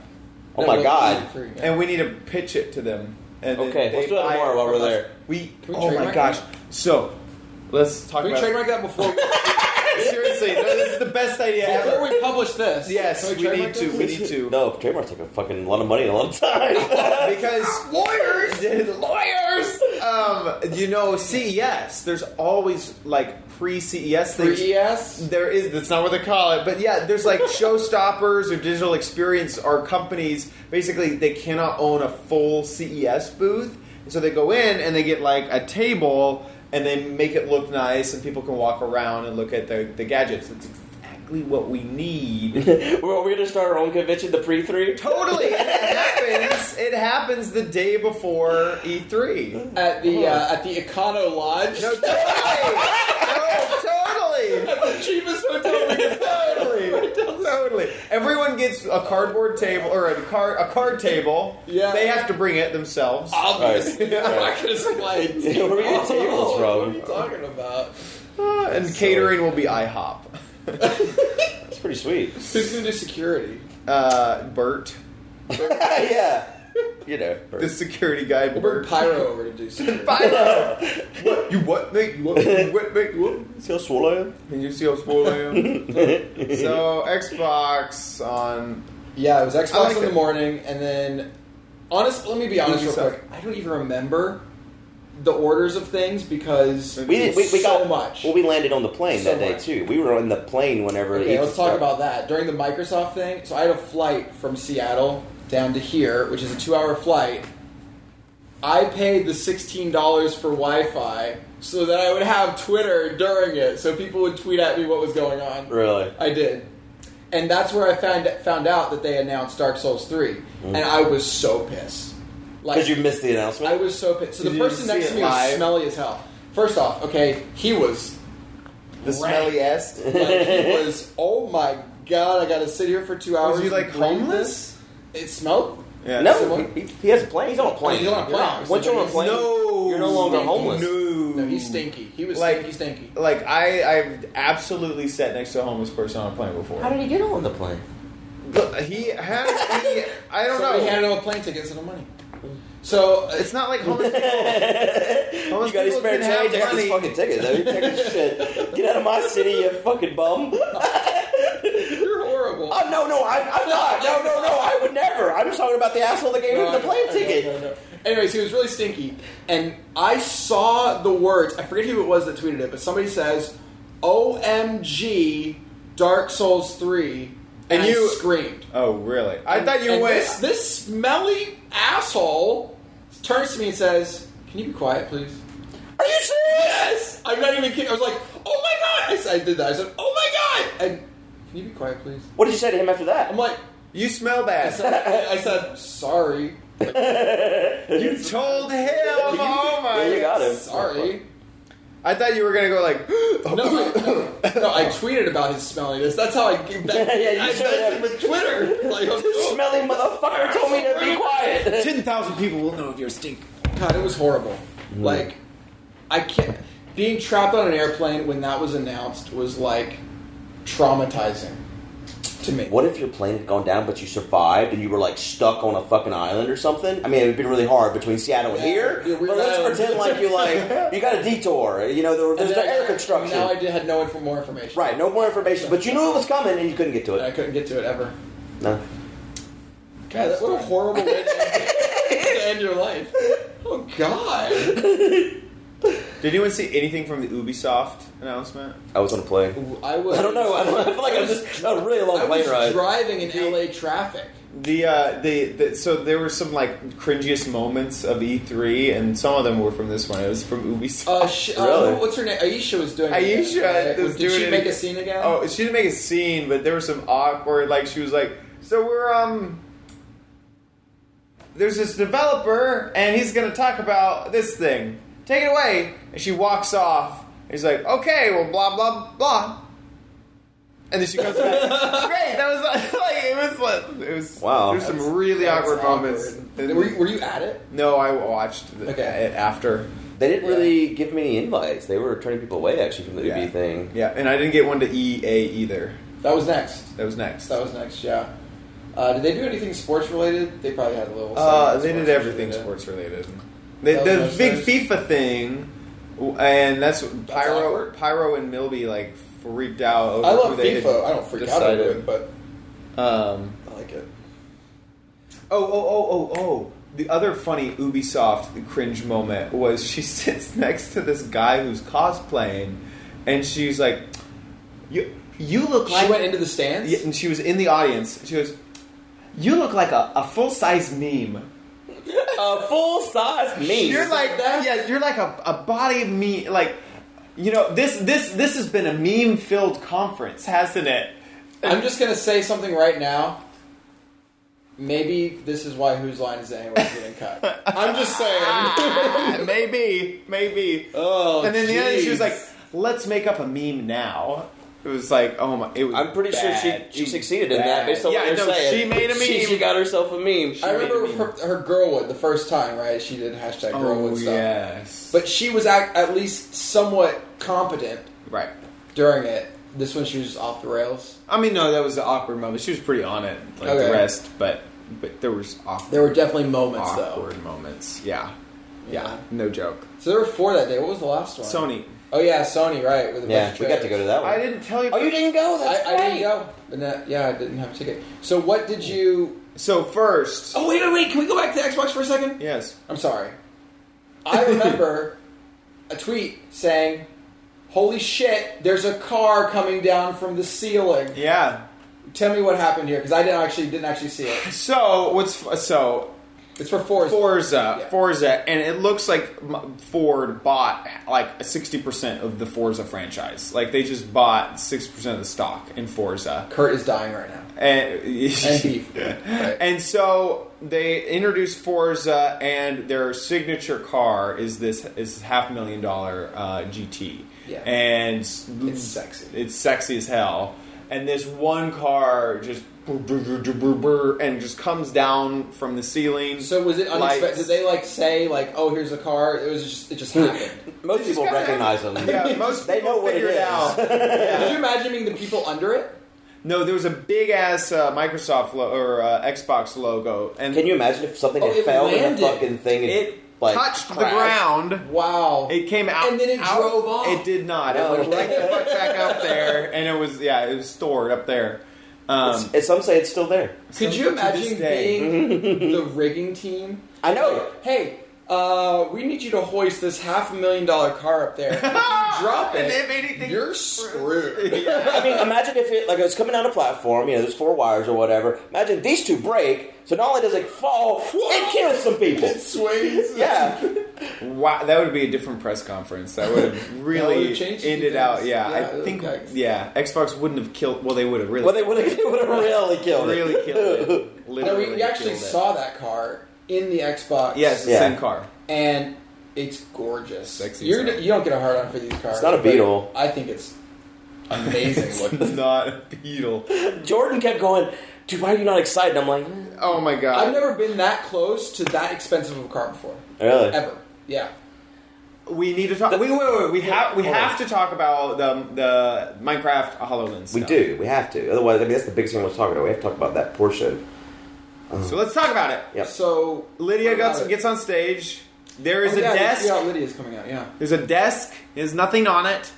S2: Oh my
S3: No,
S2: God.
S3: three, yeah.
S1: and we need to pitch it to them. And then
S2: Okay,
S1: they
S2: let's do it
S1: buy
S2: tomorrow while
S1: from
S2: we're
S1: us.
S2: there.
S1: We,
S3: Can we
S1: oh my
S3: trademark
S1: gosh!
S3: it?
S1: So Let's talk
S3: Can we
S1: about.
S3: trademark that before
S1: *laughs* Seriously, no, this is the best idea
S3: before
S1: ever.
S3: we publish this?
S1: Yes,
S3: Can
S1: we need
S3: trademark
S1: to.
S3: this?
S1: We need to.
S2: No, trademarks take a fucking lot of money and a lot of
S3: *laughs*
S2: time.
S1: because *laughs* lawyers, lawyers. Um, you know, CES. There's always like pre-CES
S3: For
S1: things.
S3: ES,
S1: There is. That's not what they call it. But yeah, there's *laughs* like showstoppers or digital experience or companies. Basically, they cannot own a full CES booth, and so they go in and they get like a table and they make it look nice, and people can walk around and look at the, the gadgets. That's exactly what we need.
S2: Well, *laughs* we're gonna start our own convention, the pre three.
S1: totally, it happens. It happens the day before E3.
S3: at the uh, at the Econo Lodge, *laughs*
S1: No, totally. No, totally.
S3: the cheapest hotel
S1: *laughs*
S3: we could find.
S1: totally, totally. Everyone gets a cardboard table or a card a card table.
S3: Yeah.
S1: they have to bring it themselves.
S3: Obviously,
S2: All right.
S3: *laughs* I'm not gonna supply *laughs* a
S2: Where are your tables
S3: Oh,
S2: from?
S3: What are you talking about?
S1: Uh, and catering will be IHOP. *laughs*
S2: That's pretty sweet.
S3: Who's gonna do security?
S1: Uh, Bert,
S2: *laughs* yeah, you know.
S1: the security guy.
S3: We'll bring
S1: Bert.
S3: Pyro over to do security.
S1: Pyro. *laughs* what you what mate? You what, you what mate? You what?
S2: See how swole
S1: Can you see how small I am? so Xbox on.
S3: Yeah, it was Xbox
S1: I like
S3: in the
S1: it.
S3: morning, and then honest. Let me be honest, real
S1: Ubisoft.
S3: quick. I don't even remember the orders of things because
S2: We, did, we, we
S3: so
S2: got
S3: much.
S2: Well, we landed on the plane
S3: So
S2: that day
S3: much.
S2: too. We were on the plane whenever.
S3: okay,
S2: E3
S3: let's talk
S2: started.
S3: about that during the Microsoft thing. So I had a flight from Seattle down to here, which is a two-hour flight. I paid the sixteen dollars for Wi-Fi so that I would have Twitter during it, so people would tweet at me what was going on.
S2: Really?
S3: I did. And that's where I found found out that they announced Dark Souls 3.
S1: Mm.
S3: And I was so pissed. Like
S2: Because you missed the announcement.
S3: I was so pissed. So
S1: Did
S3: the
S1: you
S3: person
S1: see
S3: next
S1: it
S3: to me was
S1: live?
S3: smelly as hell. First off, okay, he was
S1: The smelly
S2: *laughs*
S1: ass.
S3: like he was oh my god, I got to sit here for 2 hours.
S1: Was he like
S3: and breathe
S1: homeless?
S3: this? It smelled
S1: Yeah.
S2: no, he, he- he has a plane. He's on a plane.
S3: Oh, He's on a plane.
S2: Yeah. Once you're on a plane,
S1: No.
S2: you're no longer homeless.
S1: No.
S3: No, he's stinky. He was
S1: Like-
S3: stinky, stinky.
S1: Like I, I've absolutely sat next to a homeless person on a plane before.
S2: How did he get on the plane?
S1: Look, he had. He, I *laughs* don't
S3: Somebody
S1: know.
S3: handed him a plane ticket instead of money. So
S1: it's not like homeless people. *laughs*
S2: *laughs* you got any
S1: people
S2: spare
S1: can have
S2: change? I got
S1: money.
S2: this fucking ticket. though. You take
S3: *laughs*
S2: this shit. Get out of my city, you fucking bum.
S3: *laughs* you're horrible.
S2: Oh no, no, I, I'm not. No, no, no, I would never. I'm just talking about the asshole that gave
S3: No,
S2: him
S3: I
S2: the
S3: know,
S2: plane
S3: I know,
S2: ticket.
S3: I know, I know. Anyways, he was really stinky, and I saw the words. I forget who it was that tweeted it, but somebody says, "OMG, Dark Souls 3," and,
S1: And you-
S3: I screamed.
S1: Oh really? I thought you
S3: And
S1: went.
S3: This, this smelly asshole turns to me and says, "Can you be quiet, please?"
S2: Are you serious?
S3: Yes, I'm not even kidding. I was like, "Oh my god!" I, said, I did that. I said, "Oh my god!" And can you be quiet, please?
S2: What did you say to him after
S3: I'm
S2: that?
S3: like,
S1: *laughs* you smell
S3: I
S1: bad.
S3: said, I, I said sorry.
S1: *laughs*
S2: *laughs*
S1: You told him. Oh my.
S2: Yeah, you got him.
S3: Sorry.
S1: I thought you were gonna go like. *gasps*
S3: No, I, no, I tweeted about his smelliness. That's how I get back.
S2: *laughs* Yeah, yeah, you
S3: I
S2: showed
S3: met
S2: that.
S3: him with
S2: *laughs*
S3: Twitter. Like, oh, I'm-
S2: This smelly motherfucker told me to be quiet.
S1: Ten thousand people will know of your stink.
S3: God, it was horrible.
S2: Mm.
S3: Like, I can't. Being trapped on an airplane when that was announced was like traumatizing to me.
S2: What if your plane had gone down, but you survived and you were like stuck on a fucking island or something? I mean, it'd been really hard between Seattle and
S3: Yeah,
S2: here.
S3: yeah, we're
S2: But let's
S3: island.
S2: pretend like you
S3: *laughs*
S2: like you got a detour. You know, there,
S3: And
S2: there's
S3: then
S2: the
S3: I-
S2: air construction.
S3: Now I did, had no one for more information.
S2: Right, no more information. But you knew it was coming and you couldn't get to
S3: And I
S2: it.
S3: couldn't get to it ever.
S2: No.
S3: God, that, what a horrible way to end, *laughs* to end your life. Oh God.
S1: Did anyone see anything from the Ubisoft announcement?
S2: I was on a plane.
S3: I was.
S2: I don't know. I, don't, I feel like I was just on a really long
S3: I
S2: plane
S3: was
S2: ride.
S3: driving in LA traffic.
S1: The uh, the, the so there were some like cringiest moments of E3, and some of them were from this one. It was from Ubisoft.
S3: Uh, sh-
S2: Really?
S3: uh, what's her name? Aisha was doing. it
S1: Aisha
S3: again.
S1: was
S3: Did
S1: doing
S3: she
S1: it
S3: make
S1: again.
S3: a scene again?
S1: Oh, she didn't make a scene, but there was some awkward. Like she was like, "So we're um, there's this developer, and he's gonna talk about this thing. Take it away." And she walks off. And he's like, "Okay, well, blah blah blah." And then she comes back.
S3: *laughs*
S1: Great, that was *laughs* like it was like it was.
S2: Wow.
S1: there's some
S3: That's-
S1: really
S3: that's
S1: awkward, moments.
S3: awkward. Were you, were you at it?
S1: no, I watched the,
S3: Okay.
S1: it after.
S2: They didn't really give me any invites. They were turning people away actually from the
S1: Yeah.
S2: UB thing.
S1: Yeah, and I didn't get one to EA either.
S3: That was next.
S1: That was next.
S3: That was next. Yeah. Uh, did they do anything sports related? They probably had a little.
S1: Uh,
S3: segment
S1: they
S3: sports
S1: did everything
S3: related.
S1: sports related. They,
S3: That was
S1: the
S3: most
S1: big
S3: nice.
S1: FIFA thing and that's, Pyro,
S3: awkward.
S1: Pyro and Milby like freaked out. Over
S3: I love
S1: who they
S3: FIFA.
S1: had
S3: I don't freak out
S1: decided.
S3: over it, but
S1: Um,
S3: I like it.
S1: Oh, oh, oh, oh, oh. The other funny Ubisoft cringe moment was she *laughs* sits next to this guy who's cosplaying, and she's like, "You, you look like."
S3: She went into the stands.
S1: Yeah, and she was in the audience. She goes, "You look like a, a full size meme."
S2: A full size meme.
S1: You're like
S3: that?
S1: Yeah, you're like a, a body of me. Like, you know, this this this has been a meme filled conference, hasn't it?
S3: I'm just gonna say something right now. Maybe this is why Whose Line Is It Anyway getting cut.
S1: *laughs*
S3: I'm
S2: *laughs*
S3: just saying.
S1: Ah, maybe, maybe.
S3: oh,
S1: and then the other, she was
S3: jeez.
S1: like, "Let's make up a meme now." It was like, oh my! It was
S2: I'm pretty
S1: bad.
S2: sure she, she
S1: It-
S2: succeeded in
S3: bad.
S2: that based on
S1: Yeah,
S2: what
S1: no,
S2: you're saying.
S1: she made a
S2: She,
S1: meme.
S2: she got herself a meme. She
S3: I
S2: made a
S3: remember
S2: meme.
S3: her, her Girlwood the first time, right? She did hashtag Girlwood
S1: Oh
S3: stuff.
S1: yes,
S3: But she was at, at least somewhat competent
S1: right.
S3: during it. This one, she was just off the rails.
S1: I mean, no, that was the awkward moment. She was pretty on it, like
S3: Okay.
S1: the rest, but but there was awkward.
S3: There were definitely moments,
S1: awkward moments. Yeah. yeah,
S3: Yeah.
S1: no joke.
S3: though. So there were four that day. What was the last one?
S1: Sony,
S3: Oh yeah, Sony. Right. With a
S2: Yeah,
S3: bunch of
S2: we got to go to that one.
S1: I didn't tell you.
S2: Oh, you didn't go. That's
S3: I, I didn't
S2: right.
S3: go. But no, yeah, I didn't have a ticket. So what did you?
S1: So first,
S3: Oh wait, wait, wait. Can we go back to Xbox for a second?
S1: yes,
S3: I'm sorry. I remember a tweet saying, "Holy shit! There's a car coming down from the ceiling."
S1: yeah.
S3: Tell me what happened here because I didn't actually didn't actually see it.
S1: So what's f- so
S3: It's for Forza.
S1: Forza,
S3: Yeah.
S1: Forza, and it looks like M- Ford bought like sixty percent of the Forza franchise. Like they just bought six percent of the stock in Forza.
S3: Kurt is dying right now.
S1: And, *laughs*
S2: *laughs*
S3: And beef. Right.
S1: and so they introduced Forza, and their signature car is this is half million dollar uh, GT.
S3: Yeah.
S1: and it's
S3: sexy.
S1: It's sexy as hell. And this one car just brr, brr, brr, brr, brr, brr, and just comes down from the ceiling.
S3: So was it unexpected?
S1: Lights.
S3: Did they like say like, "Oh, here's a car"? It was just it
S2: *laughs*
S3: just happened.
S2: Most people
S1: gotta-
S2: recognize them.
S1: Yeah, most
S2: They
S1: people
S2: know what it
S1: figure
S2: is.
S1: out.
S3: Could *laughs* you imagine being the people under it?
S1: No, there was a big ass uh, Microsoft lo- or uh, Xbox logo, and
S2: Can you imagine if something
S3: Oh,
S2: had
S3: it
S2: fell in
S3: landed.
S2: the fucking thing and
S1: it
S2: like
S1: touched the
S2: crashed?
S1: ground.
S3: Wow.
S1: It came out,
S3: And then it
S1: out-
S3: drove off. Oh,
S1: It did not.
S2: No.
S1: It went right the fuck back up there, and it was yeah, it was stored up there. Um,
S2: And some say it's still there.
S3: Could
S1: So
S3: you
S1: to this
S3: imagine
S1: day- *laughs*
S3: being the rigging team?
S2: I know.
S3: Like, hey, uh, we need you to hoist this half a million dollar car up there.
S1: *laughs*
S3: If you drop
S1: And
S3: it.
S1: if anything- *laughs*
S3: You're screwed.
S2: I mean, imagine if it like it's coming down a platform. You know, there's four wires or whatever. Imagine these two break. So not only does it fall, it kills some people.
S3: It swings.
S2: Yeah,
S1: wow, that would be a different press conference. That
S3: *laughs*
S1: would have really
S3: would've changed a few
S1: ended out.
S3: things.
S1: Yeah,
S3: Yeah, it
S1: I think
S3: would've-
S1: yeah, Xbox wouldn't have killed. Well, they would have really,
S2: well, they *laughs* would have would have really killed
S1: *laughs*
S2: it.
S1: really
S2: *laughs*
S1: killed it.
S3: No,
S1: Literally
S3: we, we actually
S1: killed it.
S3: saw that car in the Xbox.
S1: Yes, the
S2: Yeah.
S1: same car.
S3: and it's gorgeous.
S1: Sexy
S3: You're,
S1: as hell.
S3: you don't get a hard on for these cars.
S2: It's not a
S3: but
S2: Beetle.
S3: I think it's amazing
S2: *laughs*
S1: It's *laughs*
S3: looking.
S1: not a beetle.
S2: Jordan kept going. Dude, why are you not excited? I'm like, "Mm,
S1: Oh my god!
S3: I've never been that close to that expensive of a car before,
S2: really?
S3: ever. Yeah.
S1: we need to talk. wait, wait, wait. We have we
S2: Hold
S1: have
S2: on.
S1: to talk about the the Minecraft Hololens.
S2: We
S1: stuff.
S2: do. We have to. Otherwise, I mean, that's the biggest thing we're talking about. We have to talk about that portion.
S1: So let's talk about it.
S2: Yep.
S3: So
S1: Lydia
S3: What about
S1: gets,
S3: it?
S1: gets on stage. There is
S3: Oh,
S1: a
S3: yeah,
S1: desk.
S3: Yeah, Lydia's coming out. Yeah.
S1: There's a desk. There's nothing on it.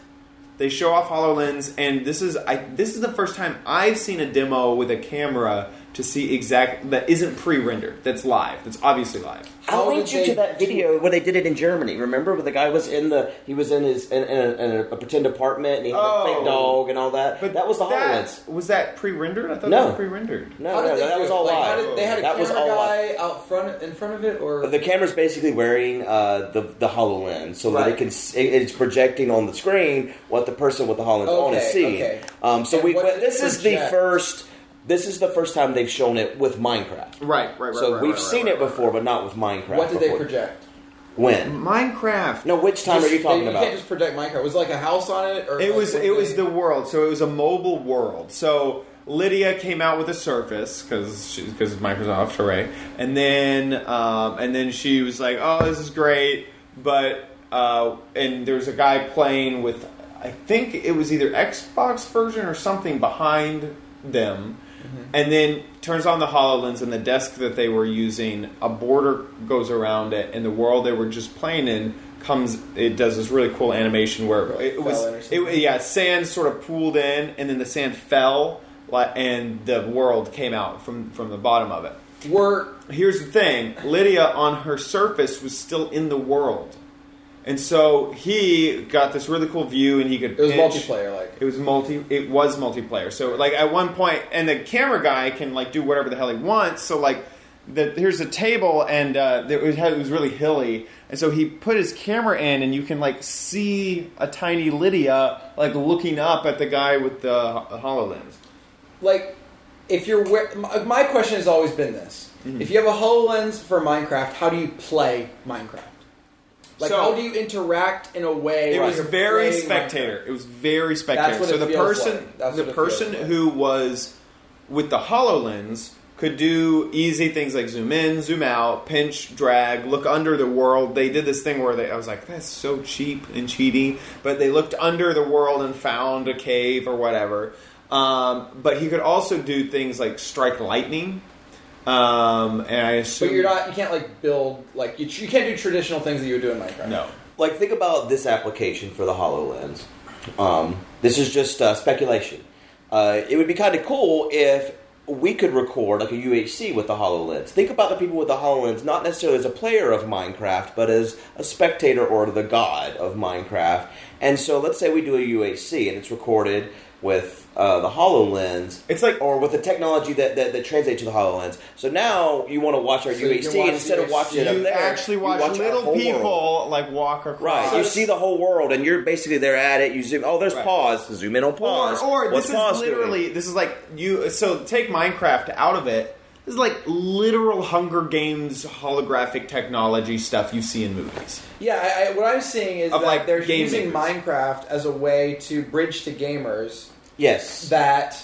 S1: They show off Hololens, and this is I, this is the first time I've seen a demo with a camera to see exact that isn't pre-rendered. That's live. That's obviously live.
S2: I'll
S3: How
S2: link
S3: did
S2: you
S3: they
S2: to that
S3: do-
S2: video where they did it in Germany. Remember, where the guy was in the he was in his in, in, a, in a pretend apartment and he had
S1: Oh.
S2: a fake dog and all that. But that was the
S1: that-
S2: Hololens.
S1: Was that pre-rendered? I thought
S2: No.
S1: that was pre-rendered.
S2: No,
S3: How did
S2: no,
S3: they
S2: no, that
S3: do
S2: was
S3: it?
S2: all
S3: Like, how
S2: live.
S3: did- they had a
S2: that was
S3: camera
S2: all live.
S3: guy out front in front of it, or
S2: The camera's basically wearing uh, the the Hololens, so that
S3: Right.
S2: it can s- it, it's projecting on the screen what the person with the Hololens on is
S3: Okay,
S2: seeing.
S3: okay.
S2: Um, so
S3: And
S2: we
S3: what
S2: but
S3: did it
S2: this is the
S3: project?
S2: first this is the first time they've shown it with Minecraft.
S1: Right, right, right.
S2: So
S1: right,
S2: we've
S1: right,
S2: seen
S1: right,
S2: it
S1: right,
S2: before, but not with Minecraft.
S3: what did they
S2: before.
S3: project?
S2: When?
S1: Minecraft.
S2: No, which time
S3: Just-
S2: are you talking
S3: they-
S2: about?
S3: can't just project Minecraft. Was it like a house on it, or
S1: It
S3: like,
S1: was
S3: what
S1: it
S3: they-
S1: was the world. So it was a mobile world. So Lydia came out with a Surface because because Microsoft, hooray! And then um, and then she was like, "Oh, this is great," but uh, and there was a guy playing with I think it was either Xbox version or something behind them.
S3: Mm-hmm.
S1: and then turns on the HoloLens and the desk that they were using, a border goes around it, and the world they were just playing in comes it does this really cool animation where it,
S3: Fell in or
S1: was
S3: something.
S1: it, yeah sand sort of pooled in and then the sand fell like, and the world came out from from the bottom of it
S3: We're
S1: here's the thing Lydia on her surface was still in the world. And so he got this really cool view and he could
S3: it was
S1: pinch.
S3: multiplayer like.
S1: It was multi it was multiplayer. So like at one point and the camera guy can like do whatever the hell he wants. So like the, here's a table and uh, there- it, had, it was really hilly and so he put his camera in and you can like see a tiny lydia like looking up at the guy with the hololens
S3: like if you're where my, my question has always been this
S2: Mm-hmm.
S3: if you have a hololens for minecraft how do you play minecraft like
S1: So-
S3: how do you interact in a way
S1: It
S3: while
S1: was
S3: you're
S1: very
S3: playing
S1: spectator. It was very
S3: That's
S1: spectator.
S3: what
S1: So
S3: it
S1: the
S3: feels
S1: person,
S3: like. That's
S1: the
S3: what it
S1: person
S3: feels like.
S1: who was with the Hololens could do easy things like zoom in, zoom out, pinch, drag, look under the world. They did this thing where they, I was like, that's so cheap and cheaty, but they looked under the world and found a cave or whatever. Um, but he could also do things like strike lightning. Um, and I assume
S3: but you're not you can't like build like you, you can't do traditional things that you would do in minecraft
S1: no.
S2: like think about this application for the hololens um, this is just uh, speculation uh, it would be kind of cool if we could record like a UHC with the HoloLens. Think about the people with the HoloLens not necessarily as a player of Minecraft, but as a spectator or the god of Minecraft. And so let's say we do a UHC and it's recorded with uh, the HoloLens.
S1: It's like-
S2: or with the technology that, that, that translates to the HoloLens. So now you want to watch our
S3: So you can
S2: UHC
S3: watch
S2: and instead of
S3: UHC.
S2: watching it up
S1: You
S2: there,
S1: actually
S2: you
S1: watch,
S2: our
S1: little
S2: whole
S1: people
S2: world.
S1: like walk across.
S2: Right, you
S3: So
S2: see the whole world, and you're basically there at it. You zoom. Oh, there's
S1: Right.
S2: pause. Zoom in on pause.
S1: Or, or
S2: What's
S1: this
S2: pause
S1: is
S2: doing?
S1: literally this is like you. So take Minecraft out of it. This is like literal Hunger Games holographic technology stuff you see in movies.
S3: yeah I, I, what i'm seeing is
S1: Of,
S3: that
S1: like,
S3: they're
S1: game
S3: using
S1: makers.
S3: minecraft as a way to bridge to gamers
S2: yes.
S3: that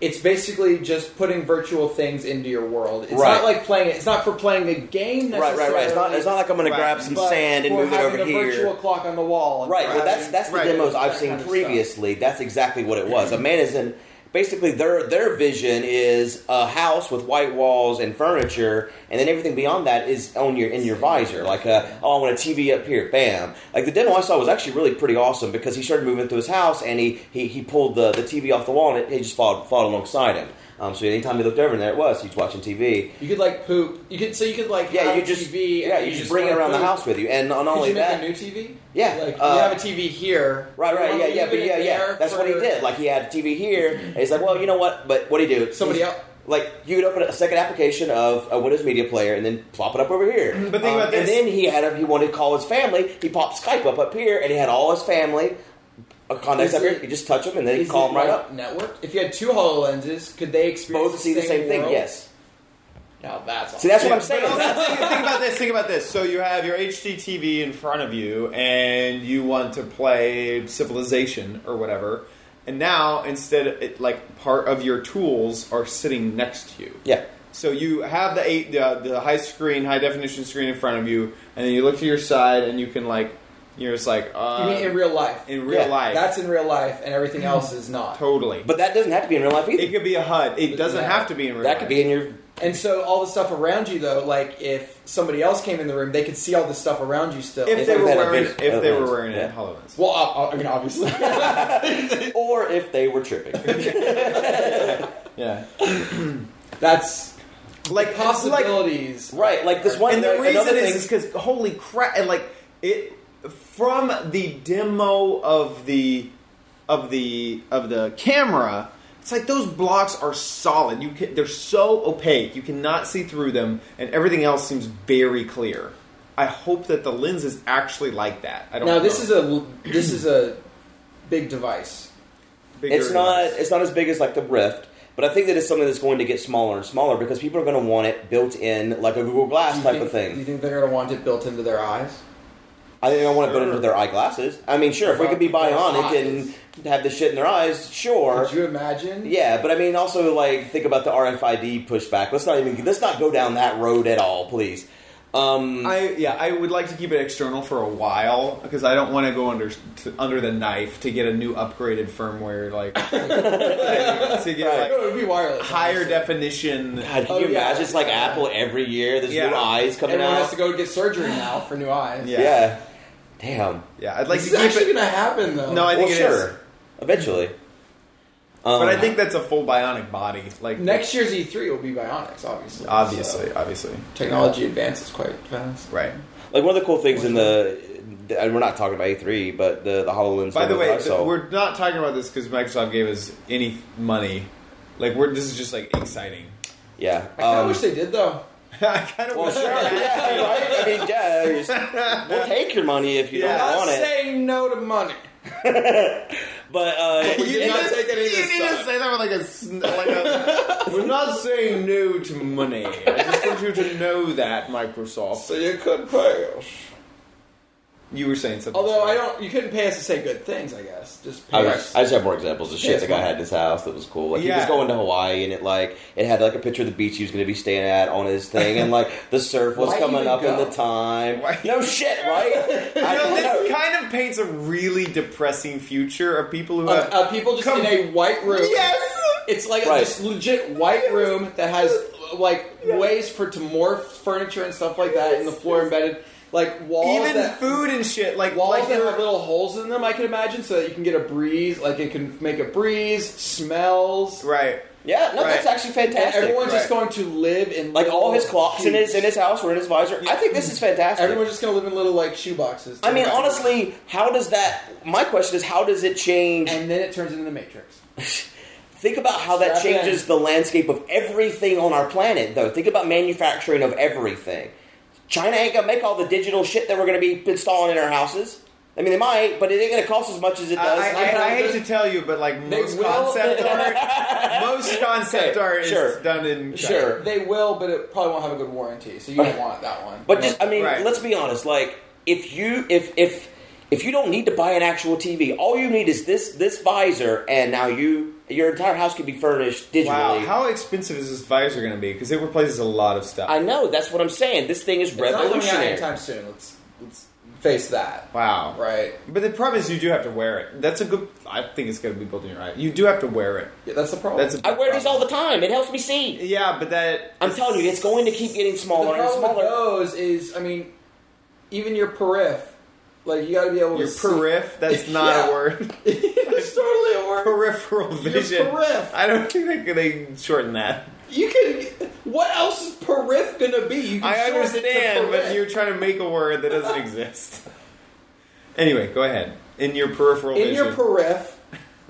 S3: it's basically just putting virtual things into your world. It's
S2: Right.
S3: not like playing it. It's not for playing a game
S2: right,
S3: necessarily.
S2: right, right. It's not, it's not like I'm going
S1: Right.
S2: to grab some
S3: but
S2: sand and
S3: for
S2: move it
S3: having
S2: over
S3: a virtual
S2: here.
S3: clock on the wall. and
S2: Right.
S3: for
S2: Well, that's
S3: having-
S2: that's the
S1: Right.
S2: demos
S3: That
S2: I've
S3: kind
S2: seen
S3: of stuff.
S2: previously. That's exactly what it was. A man is in. Basically, their their vision is a house with white walls and furniture, and then everything beyond that is on your in your visor. Like, a, oh, I want a TV up here, bam! Like the demo I saw was actually really pretty awesome because he started moving through his house and he he, he pulled the, the TV off the wall and it, it just followed, followed alongside him. Um, so anytime he looked over, and there it was. He's watching TV.
S3: You could like poop. You could so you could like
S2: Yeah,
S3: have
S2: you
S3: a
S2: just
S3: TV.
S2: yeah
S3: and
S2: you just bring it
S3: wanna
S2: around the
S3: poop.
S2: house with you, and not
S3: Could
S2: only
S3: you make
S2: that,
S3: a new TV?
S2: Yeah,
S3: like
S2: uh,
S3: you have a TV here.
S2: Right,
S3: You
S2: right,
S3: wanna
S2: yeah, yeah,
S3: leave
S2: but
S3: it
S2: yeah,
S3: in
S2: yeah.
S3: there
S2: That's what he
S3: for
S2: did. Like he had TV here, and he's like, well, you know what? But what do you do?
S3: Somebody else.
S2: Like you could open a second application of a Windows Media Player and then plop it up over here.
S1: Mm,
S2: Um,
S1: But think about
S2: And
S1: this.
S2: then he had a, he wanted to call his family. He popped Skype up up here, and he had all his family uh, contacts
S3: Is
S2: up here.
S3: it-
S2: You just touch them, and then you
S3: Is
S2: call
S3: it,
S2: them right
S3: like,
S2: up.
S3: Network. If you had two Hololenses, could they experience
S2: Both see the same thing.
S3: world?
S2: Yes.
S3: Now that's
S2: See, that's what
S1: Yeah,
S2: I'm saying.
S1: but also think, think about this. Think about this. So you have your HDTV in front of you, and you want to play Civilization or whatever. And now instead, it, like part of your tools are sitting next to you.
S2: yeah.
S1: So you have the eight, the, the high screen, high definition screen in front of you, and then you look to your side, and you can like, you're just like, uh,
S3: You mean in real life?
S1: in real
S2: Yeah,
S1: life,
S3: That's in real life, and everything else is not.
S1: totally. But
S2: But that doesn't have to be in real life either.
S1: it could be a HUD. It
S3: But
S1: doesn't
S3: yeah.
S1: have to be in real.
S2: that could be
S1: life.
S2: in your
S3: And so all the stuff around you, though, like if somebody else came in the room, they could see all the stuff around you still.
S1: if
S2: It's
S1: they
S2: like
S1: were
S2: that
S1: wearing
S2: adventure-
S1: if they were
S2: adventure,
S1: wearing
S2: yeah.
S1: it HoloLens.
S3: well, I, I mean, obviously,
S2: or if they were tripping. *laughs*
S1: yeah,
S3: that's
S1: like Like,
S3: possibilities.
S2: right. Like this one.
S1: and the
S2: another
S1: reason
S2: thing,
S1: is because holy crap! And like it from the demo of the of the of the camera. It's like those blocks are solid. You can, they're so opaque. You cannot see through them, and everything else seems very clear. I hope that the lens is actually like that. I don't.
S3: now
S1: know.
S3: this is a this is a big device.
S1: Bigger
S2: it's not
S1: lens.
S2: it's not as big as like the Rift, but I think that it's something that's going to get smaller and smaller because people are going to want it built in like a Google
S3: Do
S2: Glass
S3: you
S2: type
S3: think-
S2: of
S3: Do you
S2: thing.
S3: think they're going to want it built into their eyes?
S2: I think I want it built
S1: Sure.
S2: into their eyeglasses. I mean, sure, if we could be
S3: Well,
S2: bionic
S3: eyes.
S2: and have the shit in their eyes, sure.
S3: Could you imagine?
S2: Yeah, but I mean, also like think about the RFID pushback. Let's not even let's not go down that road at all, please. Um,
S1: I yeah, I would like to keep it external for a while because I don't want to go under to, under the knife to get a new upgraded firmware like *laughs* to get
S3: No,
S1: like
S3: it would be wireless.
S1: higher
S3: honestly.
S1: definition.
S2: God, can
S3: Oh,
S2: you
S3: yeah.
S2: imagine? It's like Apple every year. There's
S1: Yeah.
S2: new eyes coming
S3: Everyone
S2: out.
S3: has to go get surgery now for new eyes.
S1: Yeah.
S2: yeah. Damn.
S1: Yeah, I'd like
S3: Like, this
S1: to
S3: is
S1: keep
S3: actually
S1: it,
S3: going to happen, though.
S1: No, I
S2: well,
S1: think it is.
S2: sure. Eventually. Um,
S1: but I think that's a full bionic body. Like
S3: Next year's E3 will be bionics, obviously.
S1: obviously,
S3: So,
S1: obviously,
S3: technology advances quite fast.
S1: right?
S2: like one of the cool things in the, and we're not talking about A3, but the the Hololens.
S1: By the way, th-
S2: so
S1: we're not talking about this because Microsoft gave us any money. Like we're this is just like exciting. *laughs*
S2: yeah.
S3: I kind of
S2: um,
S3: wish they did, though.
S1: I kind of
S2: *laughs* Well,
S1: wish *laughs*
S2: sure. Yeah, right? I mean, yeah. it's- We'll take your money if you
S1: Yeah.
S2: don't want it.
S3: say no to money.
S2: But uh,
S1: *laughs* You
S3: did
S1: need
S3: not
S1: to-
S3: take any of
S1: you
S3: this
S1: need to
S3: stuff.
S1: say that with like a sn- like a. *laughs* We're not saying no to money. I just want you to know that Microsoft.
S3: you could pay us.
S1: You were saying something.
S3: Although I don't, you couldn't pay us to say good things. I guess just pay
S2: I,
S3: us.
S2: was, I just have more examples of shit
S3: Yes,
S2: the guy
S3: ma'am.
S2: had in his house that was cool. Like he
S1: Yeah.
S2: was going to Hawaii and it like it had like a picture of the beach he was going to be staying at on his thing, and like the surf was
S3: Why
S2: coming
S3: even
S2: up in
S3: go?
S2: the time.
S1: Why-
S2: No shit, right?
S1: You
S2: I
S1: know,
S2: don't know.
S1: this kind of paints a really depressing future of people who
S2: Oh,
S3: uh,
S1: have.
S3: uh, people just
S1: Come-
S3: in a white room.
S1: yes.
S3: It's like
S2: Right.
S3: a just legit white room that has uh, like ways for to morph furniture and stuff like that in the floor embedded, like walls
S1: Even
S3: that
S1: food and shit like
S3: walls
S1: like
S3: that
S1: your-
S3: have little holes in them. I can imagine so that you can get a breeze, like it can make a breeze, smells.
S1: right.
S2: Yeah, no, that's
S1: Right.
S2: actually
S3: And
S2: fantastic.
S3: everyone's just Oh,
S1: right.
S3: going to live in
S2: like all his
S3: little
S2: clocks in his in
S3: cubes.
S2: his house or in his visor. I think this is fantastic.
S3: Everyone's just going to live in little like shoe boxes.
S2: I mean, honestly, how does that? My question is, how does it change?
S3: and then it turns into the Matrix.
S2: *laughs* Think about how that
S3: Strap in.
S2: changes the landscape of everything on our planet, though. Think about manufacturing of everything. China ain't gonna make all the digital shit that we're gonna be installing in our houses. I mean, they might, but it ain't gonna cost as much as it
S1: I,
S2: does.
S1: I, I, I hate to tell you, but like
S3: They
S1: most
S2: *laughs*
S3: will-
S1: concept art, most concept
S2: Okay,
S1: art
S2: sure.
S1: is done in China.
S2: Sure.
S3: They will, but it probably won't have a good warranty, so you don't want that one.
S2: But just, I mean,
S1: Right.
S2: let's be honest. Like, if you if if if you don't need to buy an actual TV, all you need is this this visor, and now you your entire house can be furnished digitally.
S1: Wow, how expensive is this visor going to be? Because it replaces a lot of stuff.
S2: I know that's what I'm saying. This thing is
S3: it's not coming out
S2: revolutionary.
S3: anytime soon. Let's let's face that.
S1: wow.
S3: Right.
S1: But the problem is you do have to wear it. That's a good. I think it's going to be built in your eye. You do have to wear it.
S3: Yeah, that's the problem.
S1: That's a
S2: I wear these all the time. It helps me see.
S1: Yeah, but that
S2: I'm telling you, it's going to keep getting
S3: the
S2: smaller and
S3: problem with
S2: smaller.
S3: those is, I mean, even your perif, like you got to be able
S1: your
S3: to. see-
S1: perif.
S2: *laughs*
S1: That's not
S3: Yeah.
S1: a word.
S3: *laughs* it's totally a word.
S1: Peripheral vision.
S3: perif.
S1: I don't think they could they shorten that.
S3: You can. What else is perif gonna be? You can
S1: I
S3: shorten it to
S1: understand, but
S3: perif.
S1: you're trying to make a word that doesn't exist. Anyway, go ahead. In your peripheral
S3: in
S1: vision.
S3: your perif.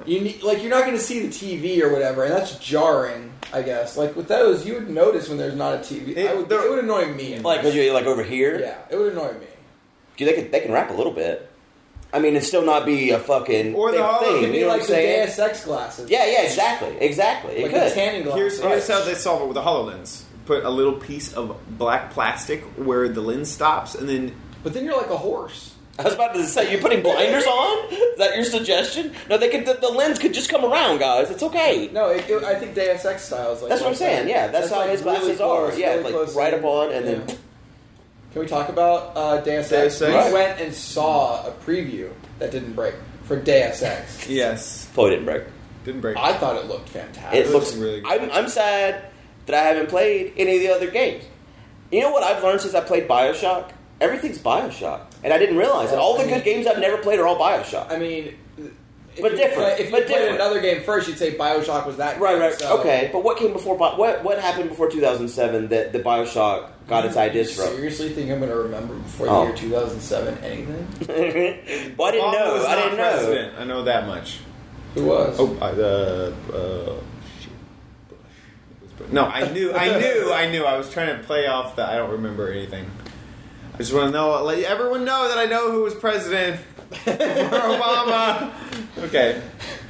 S3: You need, like you're not going to see the TV or whatever, and that's jarring. I guess like with those, you would notice when there's not a TV. I
S1: It-
S3: would,
S1: there-
S3: it would annoy me.
S2: Like, could you, like over here,
S3: yeah, it would annoy me.
S2: Dude, they can they can rap a little bit. I mean, and still not be a fucking
S1: Or the
S2: big
S1: hollow-
S2: thing.
S1: it
S3: It'd
S1: could
S2: You
S3: be
S2: know
S3: like
S2: what I'm
S3: the
S2: saying?
S3: Deus Ex glasses.
S2: Yeah, yeah, exactly, exactly. It
S3: like the
S2: could.
S3: tanning glasses.
S1: Here's, here's
S2: Right.
S1: how they solve it with the HoloLens. Put a little piece of black plastic where the lens stops, and then
S3: But then you're like a horse.
S2: *laughs* I was about to say, you're putting blinders on. Is that your suggestion? No, they could. The, the lens could just come around, guys. It's okay.
S3: No, it, it- I think Deus Ex style is like.
S2: That's what I'm saying. Yeah, that's, how
S3: like
S2: his
S3: really
S2: glasses
S3: close,
S2: are. Yeah,
S3: really
S2: like
S3: close
S2: right
S3: in.
S2: up on, and
S3: Yeah.
S2: then
S3: Can we talk about uh, Deus Ex?
S1: Deus Ex?
S2: Right.
S3: We went and saw a preview that didn't break for Deus Ex.
S1: yes,
S2: Chloe didn't break.
S1: didn't break.
S3: I thought it looked fantastic.
S2: It
S1: It
S2: looks
S1: looks really good.
S2: I'm, I'm sad that I haven't played any of the other games. You know what I've learned since I played Bioshock? Everything's Bioshock, and I didn't realize it. All the good games I've never played are all Bioshock.
S3: I mean, if
S2: But
S3: you
S2: different,
S3: Play, if you
S2: but
S3: played
S2: different.
S3: another game first, you'd say Bioshock was that.
S2: Right,
S3: good,
S2: right,
S3: so-
S2: okay. But what came before? Bi- What what happened before 2007 that the Bioshock got its ideas
S3: You
S2: from?
S3: Seriously, think I'm going to remember before
S2: Oh.
S3: the year 2007 anything?
S2: *laughs* well, I didn't
S1: Obama
S2: know.
S1: was
S2: I
S1: not
S2: didn't know.
S1: president. I know that much.
S3: Who was?
S1: Oh, I, uh, uh, shit. It was Bush. No, I knew, I knew, I knew. I was trying to play off that I don't remember anything. I just want to know, let everyone know that I know who was
S2: *laughs*
S1: president before Obama. Okay,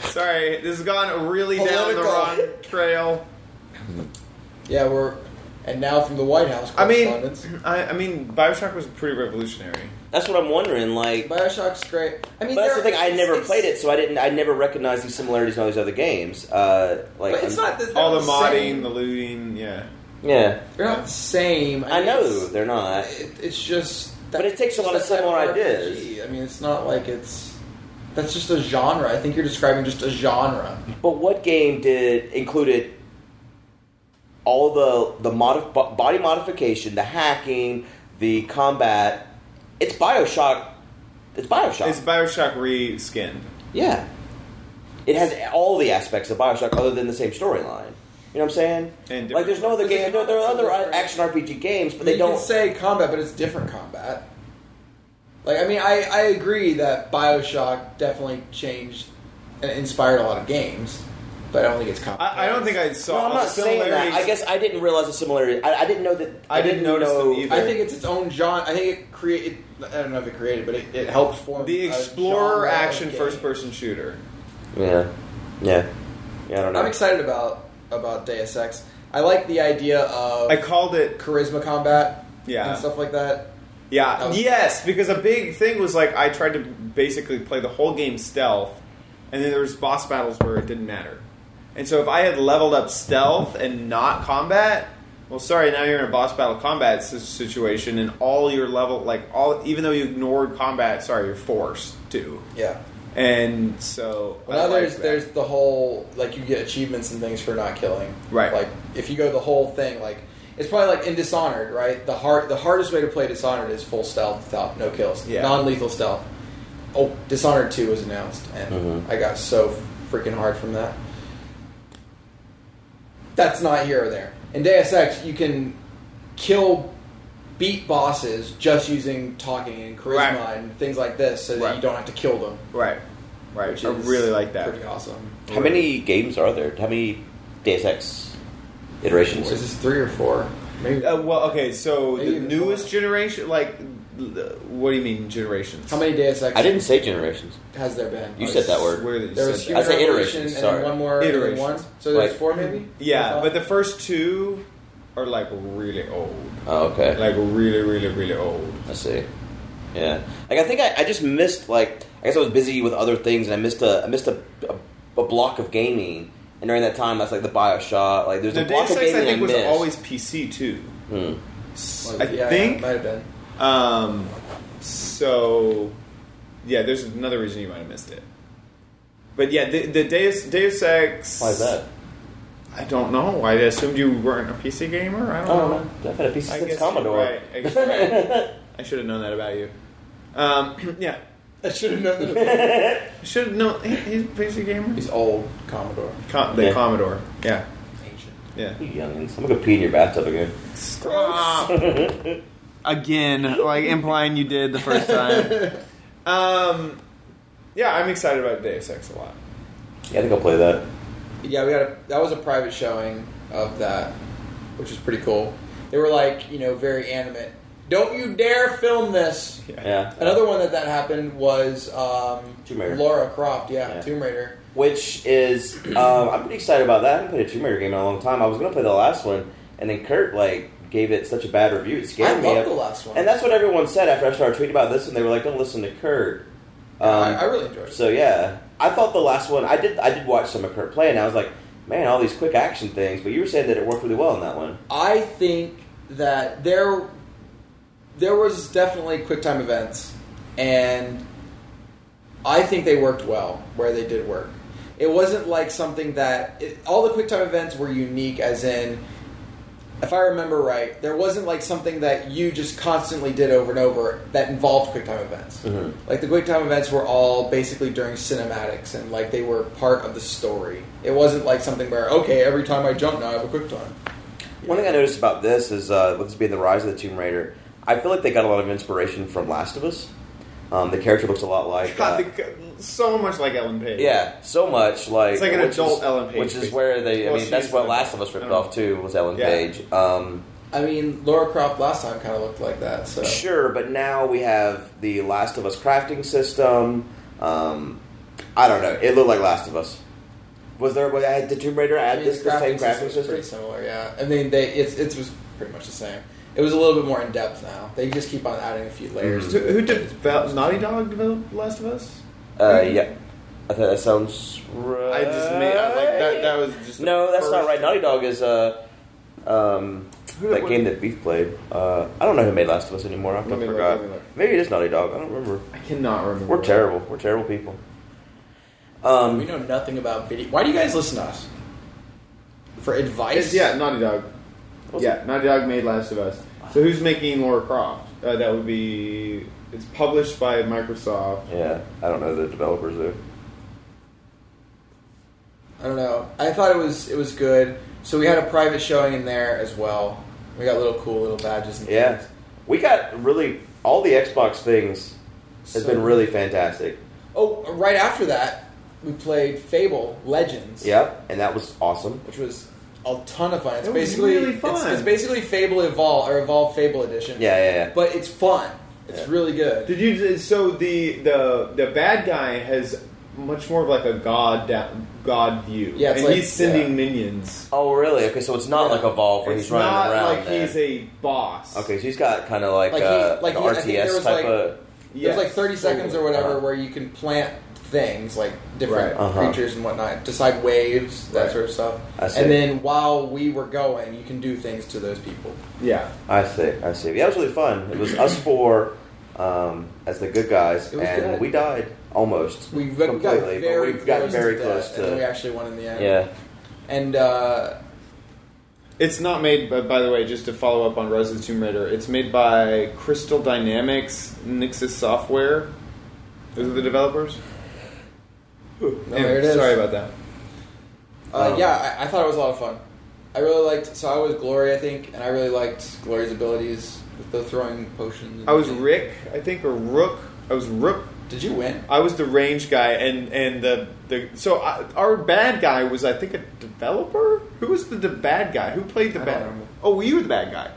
S1: sorry, this has gone really down the
S3: Political.
S1: wrong trail.
S3: Yeah, we're and now from the White House.
S1: I mean,
S3: correspondence.
S1: I, I mean, Bioshock was pretty revolutionary.
S2: That's what I'm wondering. Like, but
S3: Bioshock's great. I mean,
S2: that's the
S3: there-
S2: thing. I
S3: it's-
S2: never
S3: it's-
S2: played it, so I didn't. I never recognized these similarities in all these other games. Uh, like,
S3: But it's
S2: I'm-
S3: not that they're
S1: All the
S3: same.
S1: modding, the looting, yeah.
S2: Yeah,
S3: They're not the same.
S2: I
S3: mean,
S2: know
S3: it's-
S2: they're not.
S3: It, it's just.
S2: But it takes a lot of
S3: that's just
S2: similar
S3: an
S2: ideas.
S3: RPG. I mean, it's not like it's. That's just a genre. I think you're describing just a genre.
S2: But what game did included all the the modif- bo- body modification, the hacking, the combat? It's Bioshock. It's Bioshock.
S1: It's Bioshock reskinned.
S2: yeah, it has all the aspects of Bioshock other than the same storyline. You know what I'm saying?
S1: And different-
S2: like, there's no other
S3: Because
S2: game.
S3: the
S2: No, there are
S3: combat's
S2: other
S3: so different.
S2: action RPG games, but
S3: I mean,
S2: they
S3: you
S2: don't.
S3: can say combat, but it's different combat. Like, I mean, I, I agree that Bioshock definitely changed and inspired a lot of games, but I don't think it's combat.
S1: I, I don't think I saw.
S2: no, I'm
S1: the
S2: not saying that.
S1: similarities-
S2: I guess I didn't realize the similarity. I, I didn't know that.
S1: I didn't notice
S2: know,
S1: them either.
S3: I think it's its own genre. I think it created. I don't know if it created, but it, it helped form
S1: the
S3: a
S1: Explorer
S3: genre of
S1: action
S3: game.
S1: first person shooter.
S2: Yeah, yeah, yeah. I don't know.
S3: I'm excited about about Deus Ex. I like the idea of
S1: I called it.
S3: charisma combat,
S1: Yeah.
S3: and stuff like that. That
S1: Yeah.
S3: was-
S1: Yes, because a big thing was like I tried to basically play the whole game stealth, and then there was boss battles where it didn't matter. And so if I had leveled up stealth and not combat, well, sorry, now you're in a boss battle combat s- situation, and all your level, like all, even though you ignored combat, sorry, you're forced to.
S3: Yeah.
S1: And so I
S3: Well, now
S1: like
S3: there's
S1: that.
S3: there's the whole like you get achievements and things for not killing.
S1: Right.
S3: Like if you go the whole thing, like it's probably like in Dishonored, right? The hard the hardest way to play Dishonored is full stealth without no kills,
S1: Yeah.
S3: non lethal stealth. Oh, Dishonored two was announced, and
S1: Mm-hmm.
S2: Mhm.
S3: I got so freaking hard from that. That's not here or there. In Deus Ex, you can kill beat bosses just using talking and charisma
S1: Right.
S3: and things like this, so that
S1: Right.
S3: you don't have to kill them.
S1: right, right.
S3: which
S1: I
S3: is
S1: really like that.
S3: Pretty awesome.
S2: How many games are there? How many Deus Ex iterations?
S3: Is this three or four? Maybe.
S1: Uh, well, okay, so
S3: Maybe
S1: the
S3: even
S1: newest
S3: more.
S1: generation, like, l- what do you mean generations?
S3: How many Deus Ex
S2: I didn't say generations.
S3: has there been?
S2: You said that word.
S1: Where did you
S3: There
S1: say
S3: was
S1: that?
S3: Human
S2: I said
S3: Revolution
S2: iterations,
S3: and
S2: sorry.
S3: then one more. and then
S1: Iterations.
S3: One. So there's
S2: Like-
S3: four, maybe.
S1: Yeah,
S3: Four,
S1: but the
S3: five?
S1: first two are like really old,
S2: Oh, okay.
S1: like really, really, really old.
S2: I see. Yeah. Like I think I, I just missed like I guess I was busy with other things and I missed a I missed a, a, a block of gaming and during that time that's like the Bioshock like there's
S1: The
S2: a block
S1: Deus
S2: of
S1: Ex
S2: gaming
S1: I think was
S2: missed.
S1: always PC too.
S2: Hmm.
S1: S-
S3: Like,
S1: I
S3: yeah, it
S1: think.
S3: might have been.
S1: Um, so yeah, there's another reason you might have missed it. But yeah, the, the Deus Deus Ex.
S2: Why is that?
S1: I don't know. I assumed you weren't a PC gamer. I
S2: I
S1: don't
S2: don't
S1: know.
S2: know. I've had a piece
S1: I guess
S2: since
S1: you're
S2: Commodore.
S1: right. I guess you're I should have known that about you. Um, *clears throat* yeah,
S3: I should have known. That.
S1: should have known. He, he's a PC gamer. *laughs*
S3: He's old Commodore,
S1: Com- the
S2: Yeah.
S1: Commodore. Yeah,
S3: ancient.
S1: yeah.
S2: *laughs* You youngins. I'm gonna go pee in your bathtub again. *laughs*
S1: Stop. *laughs* Again, like implying you did the first
S2: *laughs*
S1: time. Um, yeah, I'm excited about Deus Ex a lot.
S2: Yeah, I think I'll play that.
S3: *laughs* Yeah, we got a, that was a private showing of that, which was pretty cool. They were like, you know, very animate. Don't you dare film this.
S2: Yeah.
S3: Another one that that happened was um,
S2: Tomb Raider.
S3: Laura Croft. Yeah,
S2: Yeah.
S3: Tomb Raider.
S2: which is um, I'm pretty excited about that. I haven't played a Tomb Raider game in a long time. I was gonna play the last one, and then Kurt like gave it such a bad review. It scared
S3: I
S2: me.
S3: love the last one.
S2: and that's what everyone said after I started tweeting about this, and they were like, "Don't listen to Kurt." Um,
S3: I, I really enjoyed it.
S2: so yeah, I thought the last one I did I did watch some of Kurt play, and I was like, "Man, all these quick action things." But you were saying that it worked really well in that one.
S3: I think that there there was definitely QuickTime events, and I think they worked well where they did work. It wasn't like something that it, all the QuickTime events were unique, as in, if I remember right, there wasn't like something that you just constantly did over and over that involved QuickTime events.
S2: Mhm.
S3: Like the QuickTime events were all basically during cinematics, and like they were part of the story. It wasn't like something where okay, every time I jump now I have a QuickTime.
S2: One thing I noticed about this is uh, with this being the rise of the Tomb Raider, I feel like they got a lot of inspiration from Last of Us. Um, the character looks a lot like uh,
S1: God, the, so much like Ellen Page.
S2: Yeah, so much like
S1: It's like an
S2: which
S1: adult
S2: is,
S1: Ellen Page,
S2: which is
S1: basically.
S2: where they. I
S1: Well,
S2: mean, that's
S1: she's
S2: what
S1: an
S2: Last of Us ripped
S1: adult.
S2: off too was Ellen
S1: Um, Yeah.
S2: Page. Um,
S3: I mean, Laura Croft last time kind of looked like that. So
S2: Sure, but now we have the Last of Us crafting system. Um, I don't know. It looked like Last of Us. Was there? Was, had the Tomb Raider
S3: I
S2: add
S3: mean,
S2: this
S3: the
S2: the same
S3: system
S2: crafting
S3: was
S2: system?
S3: pretty similar. Yeah, I mean, they it's it was pretty much the same. It was a little bit more in depth now. They just keep on adding a few layers.
S1: Who,
S3: to it.
S1: who did Naughty Dog developed Last of Us?
S2: Uh, yeah, I think that sounds right.
S1: I just made I, like that. That was just the
S2: no, that's not
S1: first-
S2: right. Naughty Dog is uh, Um,
S1: Who-
S2: that
S1: what-
S2: game that Beef played. Uh, I don't know who made Last of Us anymore. I
S3: Let me look,
S2: forgot.
S3: let me look.
S2: Maybe it is Naughty Dog. I don't remember.
S1: I cannot remember.
S2: We're terrible. We're terrible people.
S3: We
S2: Um,
S3: know nothing about video. Why do you guys listen to us? For advice?
S1: It's, yeah, Naughty Dog.
S2: What's-
S1: yeah, Naughty Dog made Last of Us. So who's making Laura Croft? Uh, that would be. It's published by Microsoft.
S2: yeah, I don't know the developers though.
S3: I don't know. I thought it was it was good. So we had a private showing in there as well. We got little cool little badges. And
S2: Yeah,
S3: things.
S2: we got really all the Xbox things has
S3: So-
S2: been really fantastic.
S3: Oh, right after that, we played Fable Legends.
S2: Yep, and that was awesome.
S3: Which was a ton of fun. It's
S1: It was
S3: basically
S1: really
S3: it's-
S1: fun.
S3: It's, basically Fable Evolve or Evolve Fable Edition.
S2: Yeah, yeah, yeah.
S3: But it's fun. It's
S2: Yeah.
S3: really good.
S1: Did you? So the the the bad guy has much more of like a god da- god view.
S3: Yeah, it's
S1: and
S3: like-
S1: he's sending
S2: yeah.
S1: minions.
S2: Oh, really? Okay, so it's not
S3: Yeah.
S2: like Evolve where
S1: it's
S2: Oh, he's running
S1: not
S2: around.
S1: like
S2: then.
S1: he's a boss.
S2: okay, so he's got kind of like,
S3: Like he-
S2: uh,
S3: like
S2: an
S3: he- I think there
S2: RTS
S3: was
S2: type
S3: like-
S2: of.
S1: Yes.
S3: There's like 30 seconds or whatever
S2: Uh-huh.
S3: where you can plant things, like different
S2: Right. Uh-huh.
S3: creatures and whatnot, decide waves, that
S1: Right.
S3: sort of stuff.
S2: I see.
S3: And then while we were going, you can do things to those people.
S1: Yeah.
S2: I see, I see. Yeah, it was really fun. It was us four um, as the good guys,
S3: It was
S2: and
S3: good.
S2: we died almost
S3: We, we
S2: completely,
S3: got
S2: but
S3: very
S2: we got
S3: close
S2: very
S3: to
S2: close
S3: death,
S2: to.
S3: and then we actually won in the end.
S2: yeah,
S3: And uh,
S1: It's not made, by, by the way, just to follow up on Rise of the Tomb Raider, it's made by Crystal Dynamics, Nixis Software. Those are the developers.
S3: no, there it is.
S1: Sorry about that.
S3: Uh,
S2: Um,
S3: yeah, I, I thought it was a lot of fun. I really liked. So I was Glory, I think, and I really liked Glory's abilities with the throwing potions. and-
S1: I was Rick, Uh, I think, or Rook. I was Rook.
S3: Did you win?
S1: I was the range guy, and and the the so I, our bad guy was I think a developer. Who was the, the bad guy? Who played the
S3: I don't
S1: bad?
S3: remember.
S1: Oh, well, you were the bad guy.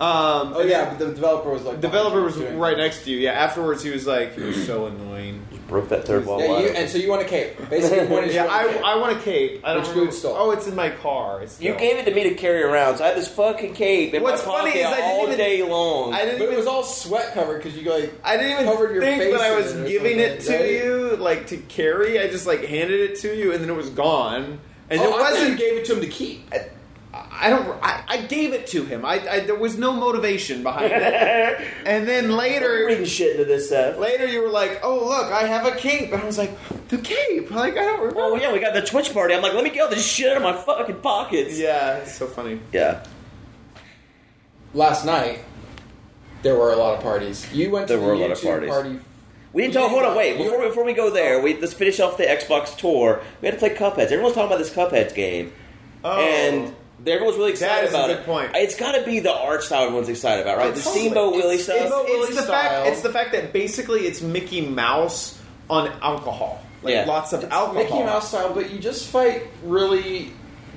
S1: Um,
S3: Oh yeah, but the developer was like
S1: developer was
S3: doing-
S1: right next to you. Yeah. Afterwards, he was like, "You're so annoying."
S2: broke that third wall.
S3: Yeah,
S2: wide
S3: you,
S2: open.
S3: and so you want a cape. Basically, the point is
S1: *laughs*
S3: you
S1: Yeah,
S3: want a
S1: I,
S3: cape.
S1: I want a cape. I don't
S3: Which
S1: remember-
S3: dude stole?
S1: Oh, it's in my car. It's
S2: You
S1: still-
S2: gave it to me to carry around, so I had this fucking cape in
S1: What's
S2: my pocket
S1: funny is I didn't
S2: all
S1: even-
S2: day long.
S1: I
S3: but
S1: didn't
S3: it was
S1: even.
S3: all sweat covered because you go like
S1: I didn't even
S3: covered your
S1: think
S3: face
S1: that I
S3: in
S1: was
S3: it or
S1: giving it to
S3: something, right?
S1: you, like to carry. I just like handed it to you, and then it was gone. And
S3: oh,
S1: it
S3: I thought
S1: wasn't.
S3: you gave it to him to keep.
S1: I, I don't. I, I gave it to him. I, I there was no motivation behind it.
S3: *laughs*
S2: *laughs* You're
S1: and then later,
S2: reading shit into this stuff.
S1: later you were like, "Oh look, I have a cape," and I was like, "The cape? Like I don't remember."
S3: Oh,
S2: Well, yeah, we got the Twitch party. I'm like, let me get all this shit out of my fucking pockets.
S1: yeah, it's so funny.
S2: yeah.
S3: Last night there were a lot of parties. You went to
S2: There
S3: the
S2: were a
S3: YouTube
S2: lot of parties.
S3: party.
S2: We didn't talk. Hold on, wait.
S3: You-
S2: Before before we go there, we let's finish off the Xbox tour. We had to play Cupheads. Everyone's talking about this Cupheads game,
S1: Oh.
S2: and everyone's really
S1: That
S2: excited
S1: is a
S2: about
S1: good
S2: it.
S1: point.
S2: It's got to be the art style everyone's excited about, right? The
S1: Totally.
S2: Steamboat Willie
S3: It's-
S2: stuff.
S1: It's,
S3: Steamboat
S1: it's
S3: Willie
S1: the
S3: style.
S1: fact. It's the fact that basically it's Mickey Mouse on alcohol. Like
S2: Yeah.
S1: lots of
S3: It's
S1: alcohol.
S3: Mickey Mouse style, but you just fight really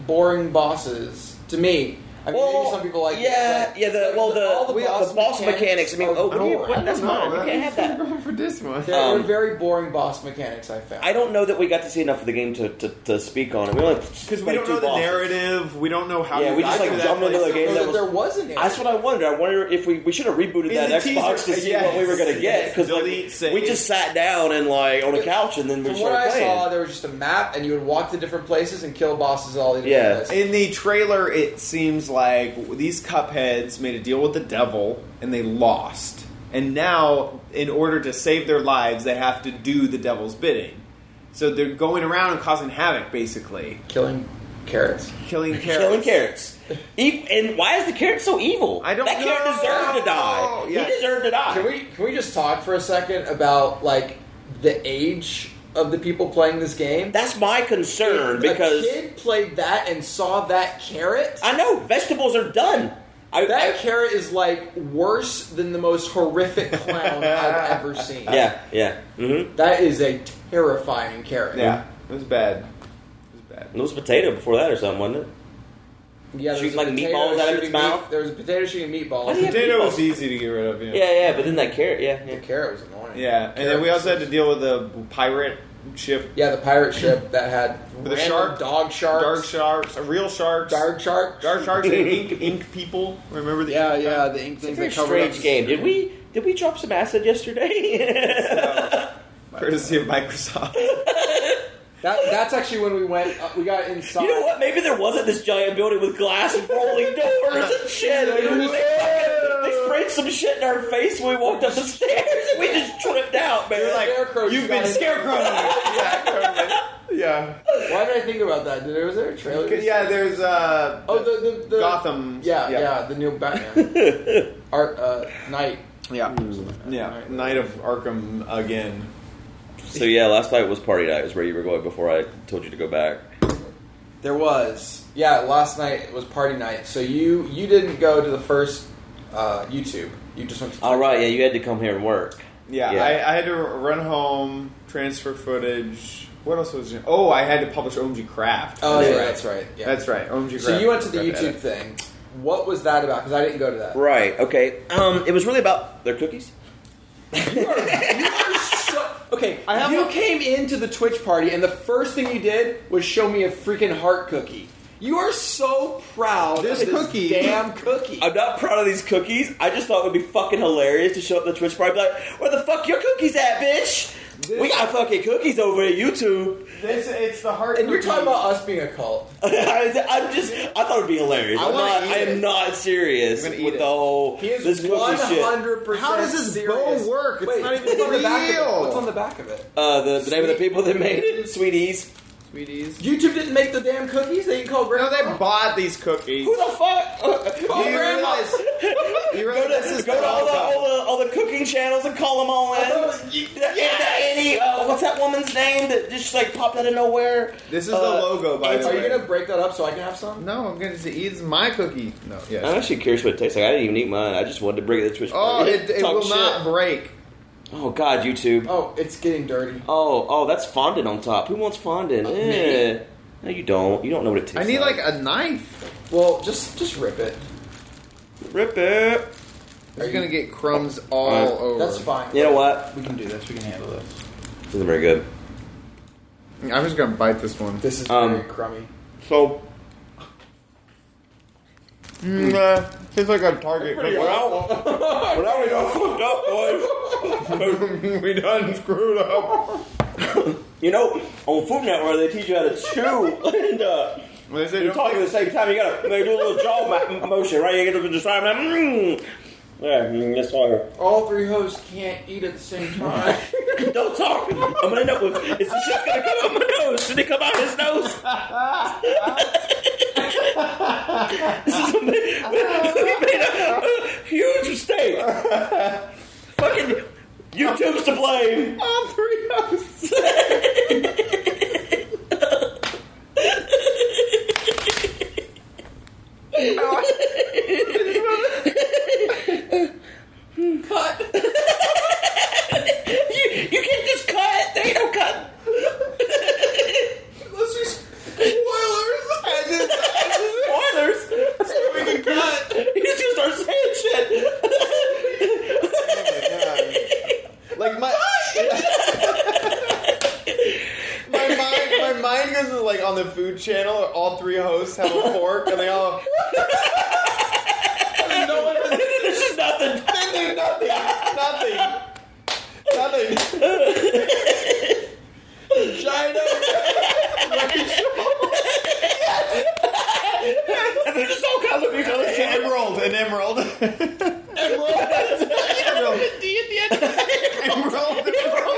S3: boring bosses. To me, I mean, maybe some people like it,
S2: yeah,
S3: but-
S2: yeah. The
S3: but
S2: well,
S3: all
S2: the the boss, mechanics. I mean,
S3: are
S2: oh, what do you,
S3: boring.
S2: what, that's
S1: I don't
S2: mine.
S1: know.
S2: You can't have
S1: *laughs*
S2: that.
S1: for this one.
S3: They're
S2: Um,
S3: very boring boss mechanics. I found.
S2: I don't know that we got to see enough of the game to, to, to speak on it. We only
S1: Because
S2: because
S1: we don't know the narrative. We don't know how.
S2: Yeah,
S1: you
S2: we just,
S1: got
S2: like,
S1: to that
S2: jumped into
S1: place.
S2: the game
S3: know
S2: that
S3: that
S2: was-
S3: there was an.
S2: That's what I wondered. I wonder if we, we should have rebooted
S1: In
S2: that
S1: the
S2: Xbox
S1: teaser,
S2: to see
S1: yes.
S2: what we were going to get
S1: Yes.
S2: because like,
S1: Delete, save.
S2: we just sat down and like on a couch and then we
S3: From what
S2: started
S3: I
S2: playing.
S3: saw, there was just a map, and you would walk to different places and kill bosses at all the different
S2: Yeah.
S3: places.
S1: In the trailer, it seems like these Cupheads made a deal with the devil and they lost. And now, in order to save their lives, they have to do the devil's bidding. So they're going around and causing havoc, basically.
S3: Killing carrots.
S1: Killing carrots.
S2: Killing carrots. E- and why is the carrot so evil?
S1: I don't
S2: That carrot
S1: know.
S2: deserved to die.
S1: Yeah.
S2: He deserved to die.
S3: Can we can we just talk for a second about like the age of the people playing this game?
S2: That's my concern
S3: If
S2: because
S3: a kid played that and saw that carrot.
S2: I know vegetables are done. I,
S3: that
S2: I-
S3: carrot is like worse than the most
S1: *laughs*
S3: horrific clown I've ever seen.
S2: yeah, yeah. Mm-hmm.
S3: that is a terrifying carrot.
S1: Yeah, it was bad. It was bad.
S2: It was potato before that or something, wasn't it?
S3: yeah. There's
S2: Shooting,
S3: a
S2: like,
S3: potato
S2: meatballs out of its
S3: shooting
S2: mouth?
S3: Meat, there was a potato shooting
S2: Why do you
S3: meatballs. *laughs*
S2: have-
S1: Potato was easy to get rid of. Yeah.
S2: Yeah, yeah. But then that carrot, yeah, yeah.
S3: The carrot was annoying.
S1: Yeah, and then we also had to deal with the pirate ship,
S3: Yeah, the pirate ship that had
S1: The
S3: random
S1: shark-
S3: dog sharks,
S1: dark sharks, uh, real sharks,
S3: dark sharks.
S1: dark sharks, and
S3: *laughs*
S1: ink, ink people. Remember the
S3: Yeah,
S1: ink
S3: yeah,
S1: guy?
S3: the ink
S2: It's a
S3: things
S2: very
S3: that covered up
S2: strange game.
S3: the-
S2: Did we did we drop some
S3: *laughs*
S2: acid yesterday? *laughs*
S1: Uh, courtesy of Microsoft.
S3: That that's actually when we went. Uh, we got inside.
S2: You know what? Maybe there wasn't this giant building with glass and rolling doors
S1: *laughs*
S2: and shit. They,
S1: uh,
S2: fucking- they sprayed some shit in our face when we walked up the stairs and we just tripped out, man.
S1: You're like,
S2: *laughs*
S3: Scarecrow
S1: you've been
S3: guy.
S1: scarecrowing. yeah,
S3: *laughs*
S1: totally. yeah.
S3: Why did I think about that? Did there, was there a trailer?
S1: Yeah, there's uh,
S3: Oh, the, the, the
S1: Gotham.
S3: Yeah, yeah, the
S2: *laughs*
S3: new Batman. Art uh, Knight.
S1: yeah, yeah. Night of Arkham again.
S2: so yeah, last night was party night. Is where you were going before I told you to go back.
S3: There was. Yeah, last night was party night. So you you didn't go to the first uh, YouTube. You just went. To
S4: All Oh, right, yeah, you had to come here and work.
S1: Yeah,
S4: Yeah.
S1: I, I had to run home, transfer footage. What else was? it? Oh, I had to publish OMG Craft.
S3: Oh, yeah,
S4: Yeah.
S3: that's right. Yeah.
S1: That's right. OMG Craft.
S3: So you went to the
S1: Craft
S3: YouTube
S1: edit.
S3: thing. What was that about? Because I didn't go to that.
S4: Right. Okay. Um, it was really about their cookies.
S3: You are, you are so, okay,
S1: *laughs* I have
S3: you
S1: a-
S3: came into the Twitch party, and the first thing you did was show me a freaking heart cookie. You are so proud
S1: This
S3: of this
S1: cookie-
S3: damn cookie.
S2: I'm not proud of these cookies. I just thought it would be fucking hilarious to show up the Twitch party and be like, where the fuck your cookies at, bitch? we got fucking cookies over at YouTube. *laughs*
S1: This it's the heart.
S3: and you're
S1: cookie.
S3: talking about us being a cult.
S2: I, I'm just, I thought it would be hilarious.
S1: I
S2: I'm
S1: wanna
S2: not,
S1: eat
S2: I am
S1: it.
S2: not serious
S1: I'm
S2: with
S1: gonna eat
S2: the
S1: it.
S2: whole,
S3: He is
S2: this cookie shit.
S3: 100%
S1: How does this
S3: serious.
S1: bow work? It's
S3: Wait,
S1: not even
S3: what's on the back of it?
S1: real.
S3: What's on the back of it?
S2: Uh, the, the name of the
S1: Sweet-
S2: people that made it, Sweeties.
S1: sweeties.
S3: YouTube didn't make the damn cookies that you call
S1: No,
S3: grandma.
S1: they bought these cookies.
S2: Who the fuck?
S1: you
S3: grandma. *laughs*
S1: realize? You
S2: Go
S1: realize this
S2: to,
S1: is
S2: go to all, the,
S1: Malta.
S2: all, the, all the cooking channels and call them all in. Any, uh, what's that woman's name that just like popped out of nowhere?
S1: This is
S2: Uh,
S1: the logo, by the
S3: Are
S1: way.
S3: you gonna break that up so I can have some?
S1: No, I'm gonna just eat it's my cookie. No,
S4: I'm
S1: yes.
S4: actually curious what it tastes like. I didn't even eat mine. I just wanted to bring it to Twitch.
S1: Oh, it, it
S4: Talk
S1: will
S4: shit.
S1: not break.
S4: Oh God, YouTube.
S3: Oh, it's getting dirty.
S4: Oh, oh, that's fondant on top. Who wants fondant?
S3: me.
S4: Eh. No, you don't. You don't know what it tastes.
S1: I need
S4: like.
S1: like a knife.
S3: Well, just just rip it.
S4: rip it.
S1: It's
S3: you-
S1: gonna get crumbs all
S4: Alright.
S1: over.
S3: That's fine.
S4: You know what?
S3: We can do this. We can handle this.
S4: This isn't very good.
S1: I'm just gonna bite this one.
S3: This is
S4: Um,
S3: very crummy.
S4: So
S1: Mm, uh, tastes like a Target.
S2: We're out. We're out. We done fucked up, boys.
S1: *laughs* we done screwed up.
S2: you know, on Food Network they teach you how to chew, *laughs* and uh,
S1: They say
S2: you're
S1: don't
S2: talking at the same time. You gotta they do a little jaw ma- motion, right? You get to just time. Mmm. Yeah, mm, that's fire.
S3: All three hosts can't eat at the same
S1: *laughs*
S3: time.
S2: Don't talk. I'm gonna end up with it's the shit's gonna come out my nose. Did it come out his nose? *laughs* this is a, we *laughs* made a, a huge mistake. Fucking YouTube's to blame.
S1: all three hosts.
S2: You, you can't just cut. They don't cut. *laughs*
S1: Let's just spoilers. *laughs* I just,
S2: Spoilers.
S1: we can cut.
S2: You just gonna start saying shit. *laughs*
S1: *laughs* Like my my mind, my mind goes to like on the Food Channel. All three hosts have a fork, and they all no one has
S2: There's just nothing.
S1: nothing, nothing, nothing, nothing. Vagina.
S2: And they're just all kinds of each other's shit.
S1: Emerald, an emerald,
S2: Emerald.
S1: *laughs* emerald,
S2: D at the end.
S1: *laughs* emerald, emerald.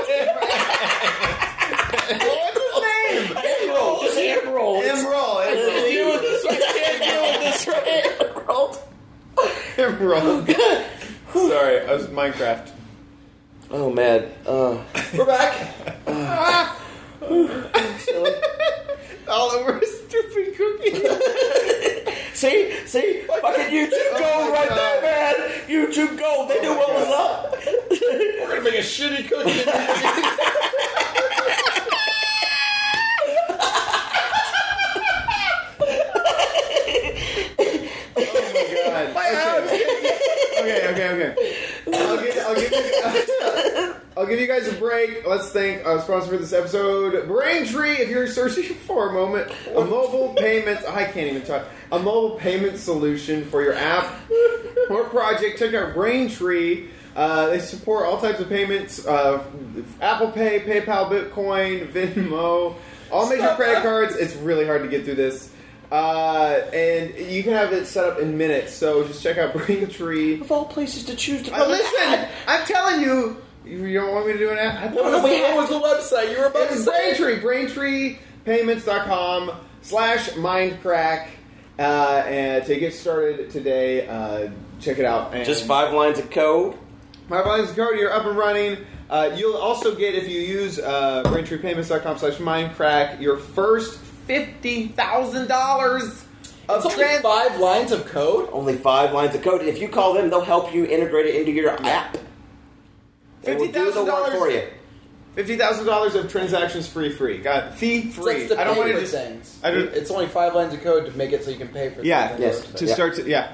S1: What's his name?
S2: Emerald. Just Emerald.
S1: Emerald, emerald,
S2: Deal with this right. Can't deal with this right. *laughs*
S1: emerald.
S2: Emerald.
S1: *laughs* Sorry, I was Minecraft.
S4: Oh man. Uh,
S3: We're back.
S1: All over a stupid cookie.
S2: *laughs* See, see,
S4: Oh,
S2: fucking YouTube
S1: my
S2: gold right
S1: God.
S2: there, man. YouTube gold. They knew what was up.
S3: We're gonna make a shitty cookie.
S1: Oh my god. okay, okay, okay. I'll give, I'll, give you, I'll give you guys a break. Let's thank our sponsor for this episode, Braintree. If you're searching *laughs* for a moment, a mobile payments I can't even talk. A mobile payment solution for your app Support Project. Check out Braintree. Uh, they support all types of payments: uh, Apple Pay, PayPal, Bitcoin, Venmo, all major
S3: Stop.
S1: credit cards. It's really hard to get through this, uh, and you can have it set up in minutes. So just check out Braintree.
S2: Of all places to choose to
S1: Uh,
S2: put
S1: listen, I'm telling you, you don't want me to do an ad. I thought it was-
S2: we
S3: What was the website you were about to
S1: it's
S3: say?
S1: Braintree, BraintreePayments.com slash Mindcrack. Uh, and to get started today, uh, check it out. And
S4: *laughs* Just five lines of code.
S1: My Blind's Cody, you're up and running. Uh, you'll also get, if you use uh, BraintreePayments.com slash Mindcrack, your first $50,000 of
S3: It's only
S1: trans-
S3: five lines of code.
S4: Only five lines of code. If you call them, they'll help you integrate it into your app. They will do the work
S1: $50,000
S4: for you.
S1: $50,000 of transactions free free. Got fee
S3: It's like
S1: free.
S3: it's to
S1: I don't
S3: pay
S1: want
S3: for
S1: to just
S3: things.
S1: I don't-
S3: it's only five lines of code to make it so you can pay for.
S1: Yeah,
S3: things on
S4: yes.
S3: the website.
S1: to
S4: Yeah.
S1: start to yeah.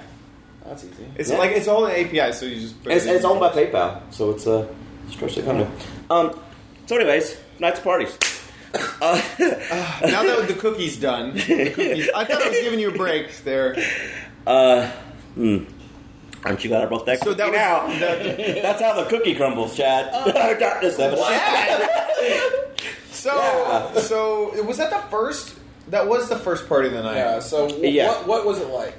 S3: that's easy.
S1: It's
S4: Yeah.
S1: like it's all an API, so you just
S4: And it's, and it's owned by PayPal, so it's a stretch economy. Um,
S2: So, anyways, nights of parties.
S1: Ah, now that the cookie's
S2: *laughs*
S1: done, the cookies, I thought I was giving you a break there.
S4: Hmm.
S2: Aren't you glad I broke that?
S1: So that
S2: cookie
S4: *laughs*
S1: was
S2: now?
S1: that-
S2: That's how the cookie crumbles, Chad. Darkness of
S1: so. So was that the first? That was the first party of the night.
S3: Yeah. So w-
S2: Yeah.
S3: what what was it like?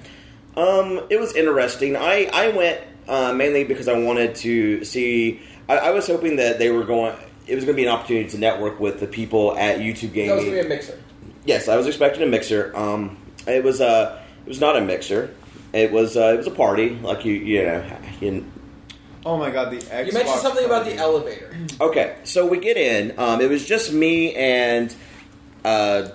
S2: Um, it was interesting. I I went uh, mainly because I wanted to see. I, I was hoping that they were going. It was going to be an opportunity to network with the people at YouTube Gaming.
S3: That was gonna be a mixer.
S2: Yes, I was expecting a mixer. Um, it was uh, it was not a mixer. It was uh, it was a party. Like you you know. You,
S1: Oh my god, the Xbox.
S3: You mentioned something about
S1: party.
S3: the elevator.
S2: okay, so we get in. Um, it was just me and. Uh,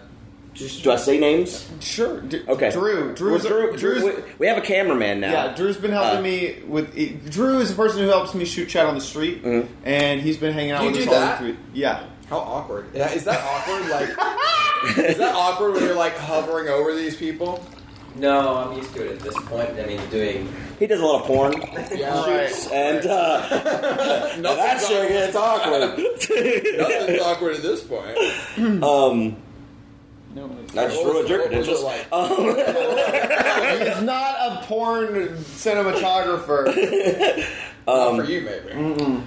S2: just, do I say names?
S1: Sure. D-
S2: Okay.
S1: Drew. Drew's,
S2: Well, Drew,
S1: Drew's,
S2: Drew- we- we have a cameraman now.
S1: yeah, Drew's been helping
S2: Uh,
S1: me with. e, Drew is the person who helps me shoot chat on the street,
S2: Mm. Mm-hmm.
S1: and he's been hanging out
S3: You
S1: with
S3: do
S1: us all
S3: that?
S1: through. Yeah.
S3: How awkward Yeah, is that? Awkward, like is that awkward when you're like hovering over these people?
S5: No, I'm used to it at this point. I mean, doing.
S2: He does a lot of porn.
S3: Yeah,
S1: *laughs* Right.
S2: And uh, now that
S3: *laughs* Nothing's
S2: shit gets awkward.
S3: *laughs* Nothing's awkward at this point.
S2: um,
S1: No.
S2: I just
S3: What
S2: ruined
S3: was-
S2: your
S3: what was it
S2: credentials.
S3: like?
S2: Um,
S1: He's not a porn cinematographer.
S3: Not for you, maybe.
S2: mm-hmm.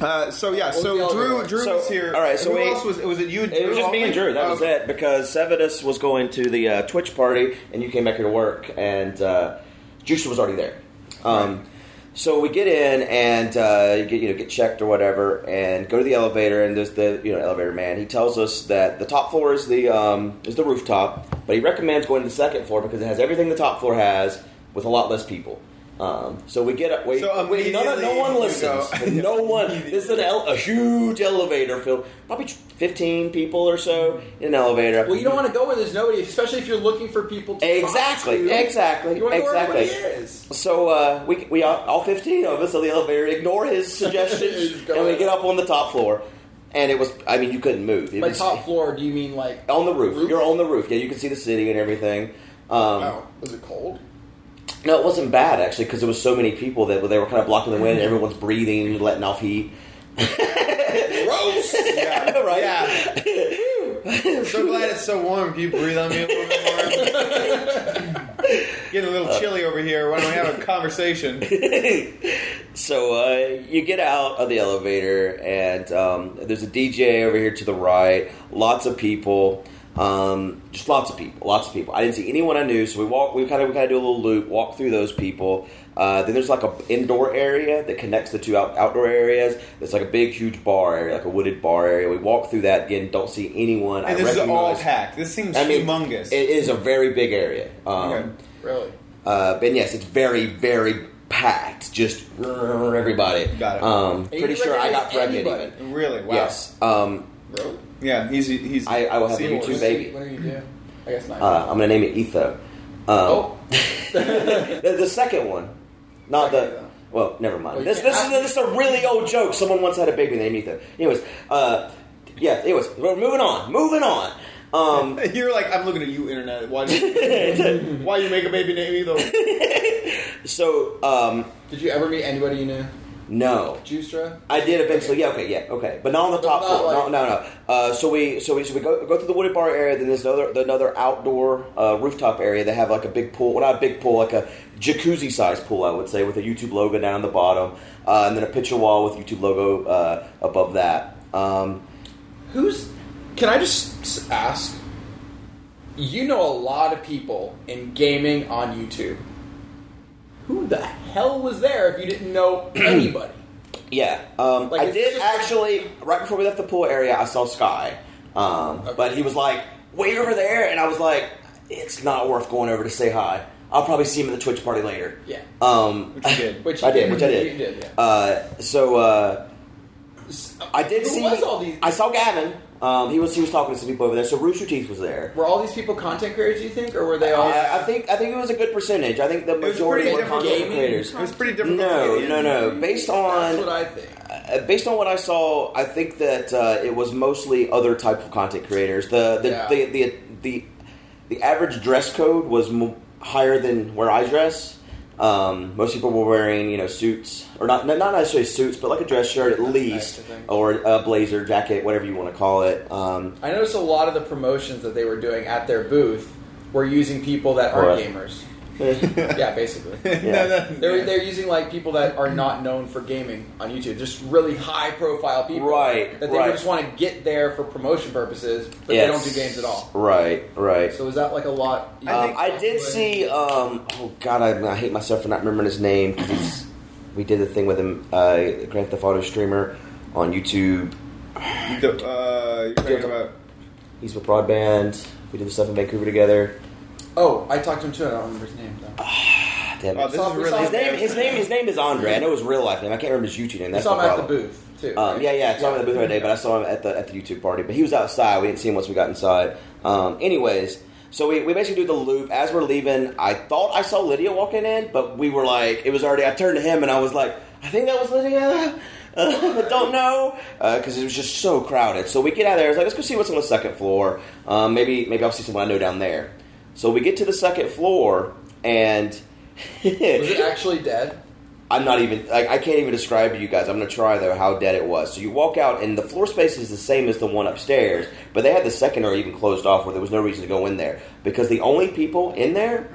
S1: Uh, so yeah,
S3: What was
S1: so
S3: the
S1: Drew,
S3: other-
S1: Drew
S2: So,
S1: was here.
S2: all right, so
S1: who
S2: we-
S1: else was? Was it you? Oh,
S2: it was just me and Drew. That was
S1: Okay.
S2: it. Because Sevidus was going to the uh, Twitch party, and you came back here to work, and uh, Juicer was already there. Um, so we get in and uh, you get you know get checked or whatever, and go to the elevator, and there's the you know elevator man. He tells us that the top floor is the um, is the rooftop, but he recommends going to the second floor because it has everything the top floor has with a lot less people. Um, so we get up. Wait,
S1: So
S2: wait, no, no, no one
S1: immediately you
S2: listens.
S1: go- *laughs*
S2: No one. This is an ele- a huge elevator filled, probably fifteen people or so in an elevator.
S3: Well, you don't want to go where there's nobody, especially if you're looking for people. to
S2: exactly,
S3: talk to.
S2: exactly,
S3: You want to go where
S2: exactly.
S3: everybody is.
S2: So uh, we, we all, all 15 of us on the elevator ignore
S3: *laughs*
S2: his suggestions,
S3: Just go
S2: and we
S3: in.
S2: get up on the top floor. And it was, I mean, you couldn't move. It
S3: By
S2: was
S3: top floor, do you mean like?
S2: on the roof.
S3: Roof? Oh.
S2: You're on the roof. Yeah, you can see the city and everything. Um,
S3: Wow, was it cold?
S2: No, it wasn't bad actually because there was so many people that they were kind of blocking the wind. Everyone's breathing, letting off heat.
S3: *laughs* Gross.
S1: Yeah,
S2: *laughs* Right?
S1: Yeah. I'm so glad it's so warm. Can you breathe on me a little bit more?
S2: *laughs*
S1: Getting a
S2: Uh,
S1: little chilly over here. Why don't we have a conversation?
S2: *laughs* So uh, you get out of the elevator, and um, there's a DJ over here to the right. Lots of people, um, just lots of people, lots of people. I didn't see anyone I knew, so we walk. We kind of we kind of do a little loop, walk through those people. Uh, then there's like a indoor area that connects the two out, outdoor areas. There's like a big, huge bar area, like a wooded bar area. We walk through that again. Don't see anyone. *laughs* I
S1: And this is all
S2: recognize-
S1: packed. This seems
S2: I mean,
S1: humongous.
S2: It is a very big area. Um,
S1: Okay.
S3: really?
S2: uh, and yes, it's very, very packed. Just everybody.
S1: Got it.
S2: Um,
S3: you
S2: pretty sure I got
S3: recognize
S2: pregnant.
S3: anybody.
S2: Even.
S1: really wow.
S2: Yes. Um,
S3: Really?
S1: Yeah. He's he's.
S2: I- I will have
S1: Seymour.
S2: you two baby.
S3: What do you do? I guess not.
S2: uh, I'm gonna name it Etho. Um,
S3: oh,
S2: *laughs* the, the second one, not
S3: Second
S2: the.
S3: one.
S2: Well, never mind.
S3: Well, you
S2: this this is,
S3: can't-
S2: this is a really old joke. Someone once had a baby named Etho. Anyways, uh, yeah. Anyways, we're moving on. Moving on. Um,
S1: *laughs* You're like I'm looking at you, internet. Why? Do
S2: *laughs*
S1: you, why you make a baby name either?
S2: so um,
S3: did you ever meet anybody you knew?
S2: No.
S3: Justra?
S2: I did eventually. Yeah, okay, yeah, okay, but not on the
S3: But
S2: top
S3: not
S2: floor.
S3: Oh, like-
S2: no, no, no. Uh, so we, so we, so we go, go through the wooded bar area. Then there's another, another outdoor uh, rooftop area. They have like a big pool. Well, not a big pool, like a jacuzzi sized pool, I would say, with a YouTube logo down the bottom, uh, and then a picture wall with YouTube logo uh, above that. Um,
S3: Who's? Can I just s- ask? You know a lot of people in gaming on YouTube. Who the hell was there if you didn't know
S2: *clears throat*
S3: anybody?
S2: yeah, um,
S3: Like,
S2: I
S3: it's
S2: did
S3: just-
S2: actually. Right before we left the pool area, I saw Sky, um,
S3: Okay.
S2: but he was like way over there, and I was like, it's not worth going over to say hi. I'll probably see him at the Twitch party later.
S3: Yeah.
S2: Um,
S1: Which you
S2: *laughs*
S1: did.
S3: Which
S2: I did,
S3: you-
S2: which I did.
S3: You did. Yeah.
S2: Uh, so uh,
S3: S- uh,
S2: I did
S3: Who
S2: see.
S3: was all these?
S2: I saw Gavin. Um, he was he was talking to some people over there. So Rooster Teeth was there.
S3: were all these people content creators? Do you think, or were they all?
S2: Uh, I, I think I think it was a good percentage. I think the
S1: was
S2: majority
S1: pretty
S2: were
S1: difficult.
S2: content
S1: Gaming
S2: creators.
S1: It was pretty difficult.
S2: No,
S1: to get in.
S2: no, no. Based
S3: That's
S2: on
S3: what I think.
S2: uh, based on what I saw, I think that uh, it was mostly other type of content creators. The the
S3: Yeah.
S2: the, the the the average dress code was m- higher than where I dress. Um, most people were wearing, you know, suits or not not necessarily suits, but like a dress shirt at least,
S3: nice, I think.
S2: or a blazer jacket, whatever you want to call it.
S3: *laughs*
S2: Um,
S3: I noticed a lot of the promotions that they were doing at their booth were using people that aren't
S2: Right.
S3: gamers.
S1: yeah.
S3: Yeah, basically.
S1: *laughs* No, no,
S3: They're,
S1: yeah.
S3: they're using like people that are not known for gaming on YouTube, just really high profile people,
S2: Right,
S3: That they
S2: right.
S3: just want to get there for promotion purposes, but they don't do games at all.
S2: Right, right.
S3: So is that like a lot?
S2: Um, I, did see. Um, oh God, I, I hate myself for not remembering his name because we did the thing with him, uh, Grand Theft Auto streamer on YouTube.
S1: The- uh, you're talking about
S2: He's with Broadband. We did the stuff in Vancouver together.
S3: Oh, I talked to him too. I don't remember his name though.
S2: Ah, damn
S1: Oh,
S2: it.
S1: this
S3: Saw-
S1: is
S3: we
S1: really
S3: saw
S2: his name, his name, his name is Andre. I know his real life name. I can't remember his YouTube name.
S3: I
S2: That's
S3: saw him
S2: the
S3: at the
S2: problem.
S3: booth too.
S2: Um,
S3: right?
S2: yeah, yeah, I saw him at the booth the other day, but I saw him at the at the YouTube party. But he was outside. We didn't see him once we got inside. Um, anyways, so we, we basically do the loop. As we're leaving, I thought I saw Lydia walking in, but we were like, it was already. I turned to him and I was like, I think that was Lydia. *laughs* Uh, don't know because it was just so crowded. So we get out of there. I was like, let's go see what's on the second floor. Um, maybe maybe I'll see someone I know down there. So we get to the second floor and. *laughs*
S3: Was it actually dead?
S2: I'm not even like I can't even describe to you guys. I'm gonna try though how dead it was. So you walk out and the floor space is the same as the one upstairs, but they had the second or even closed off where there was no reason to go in there because the only people in there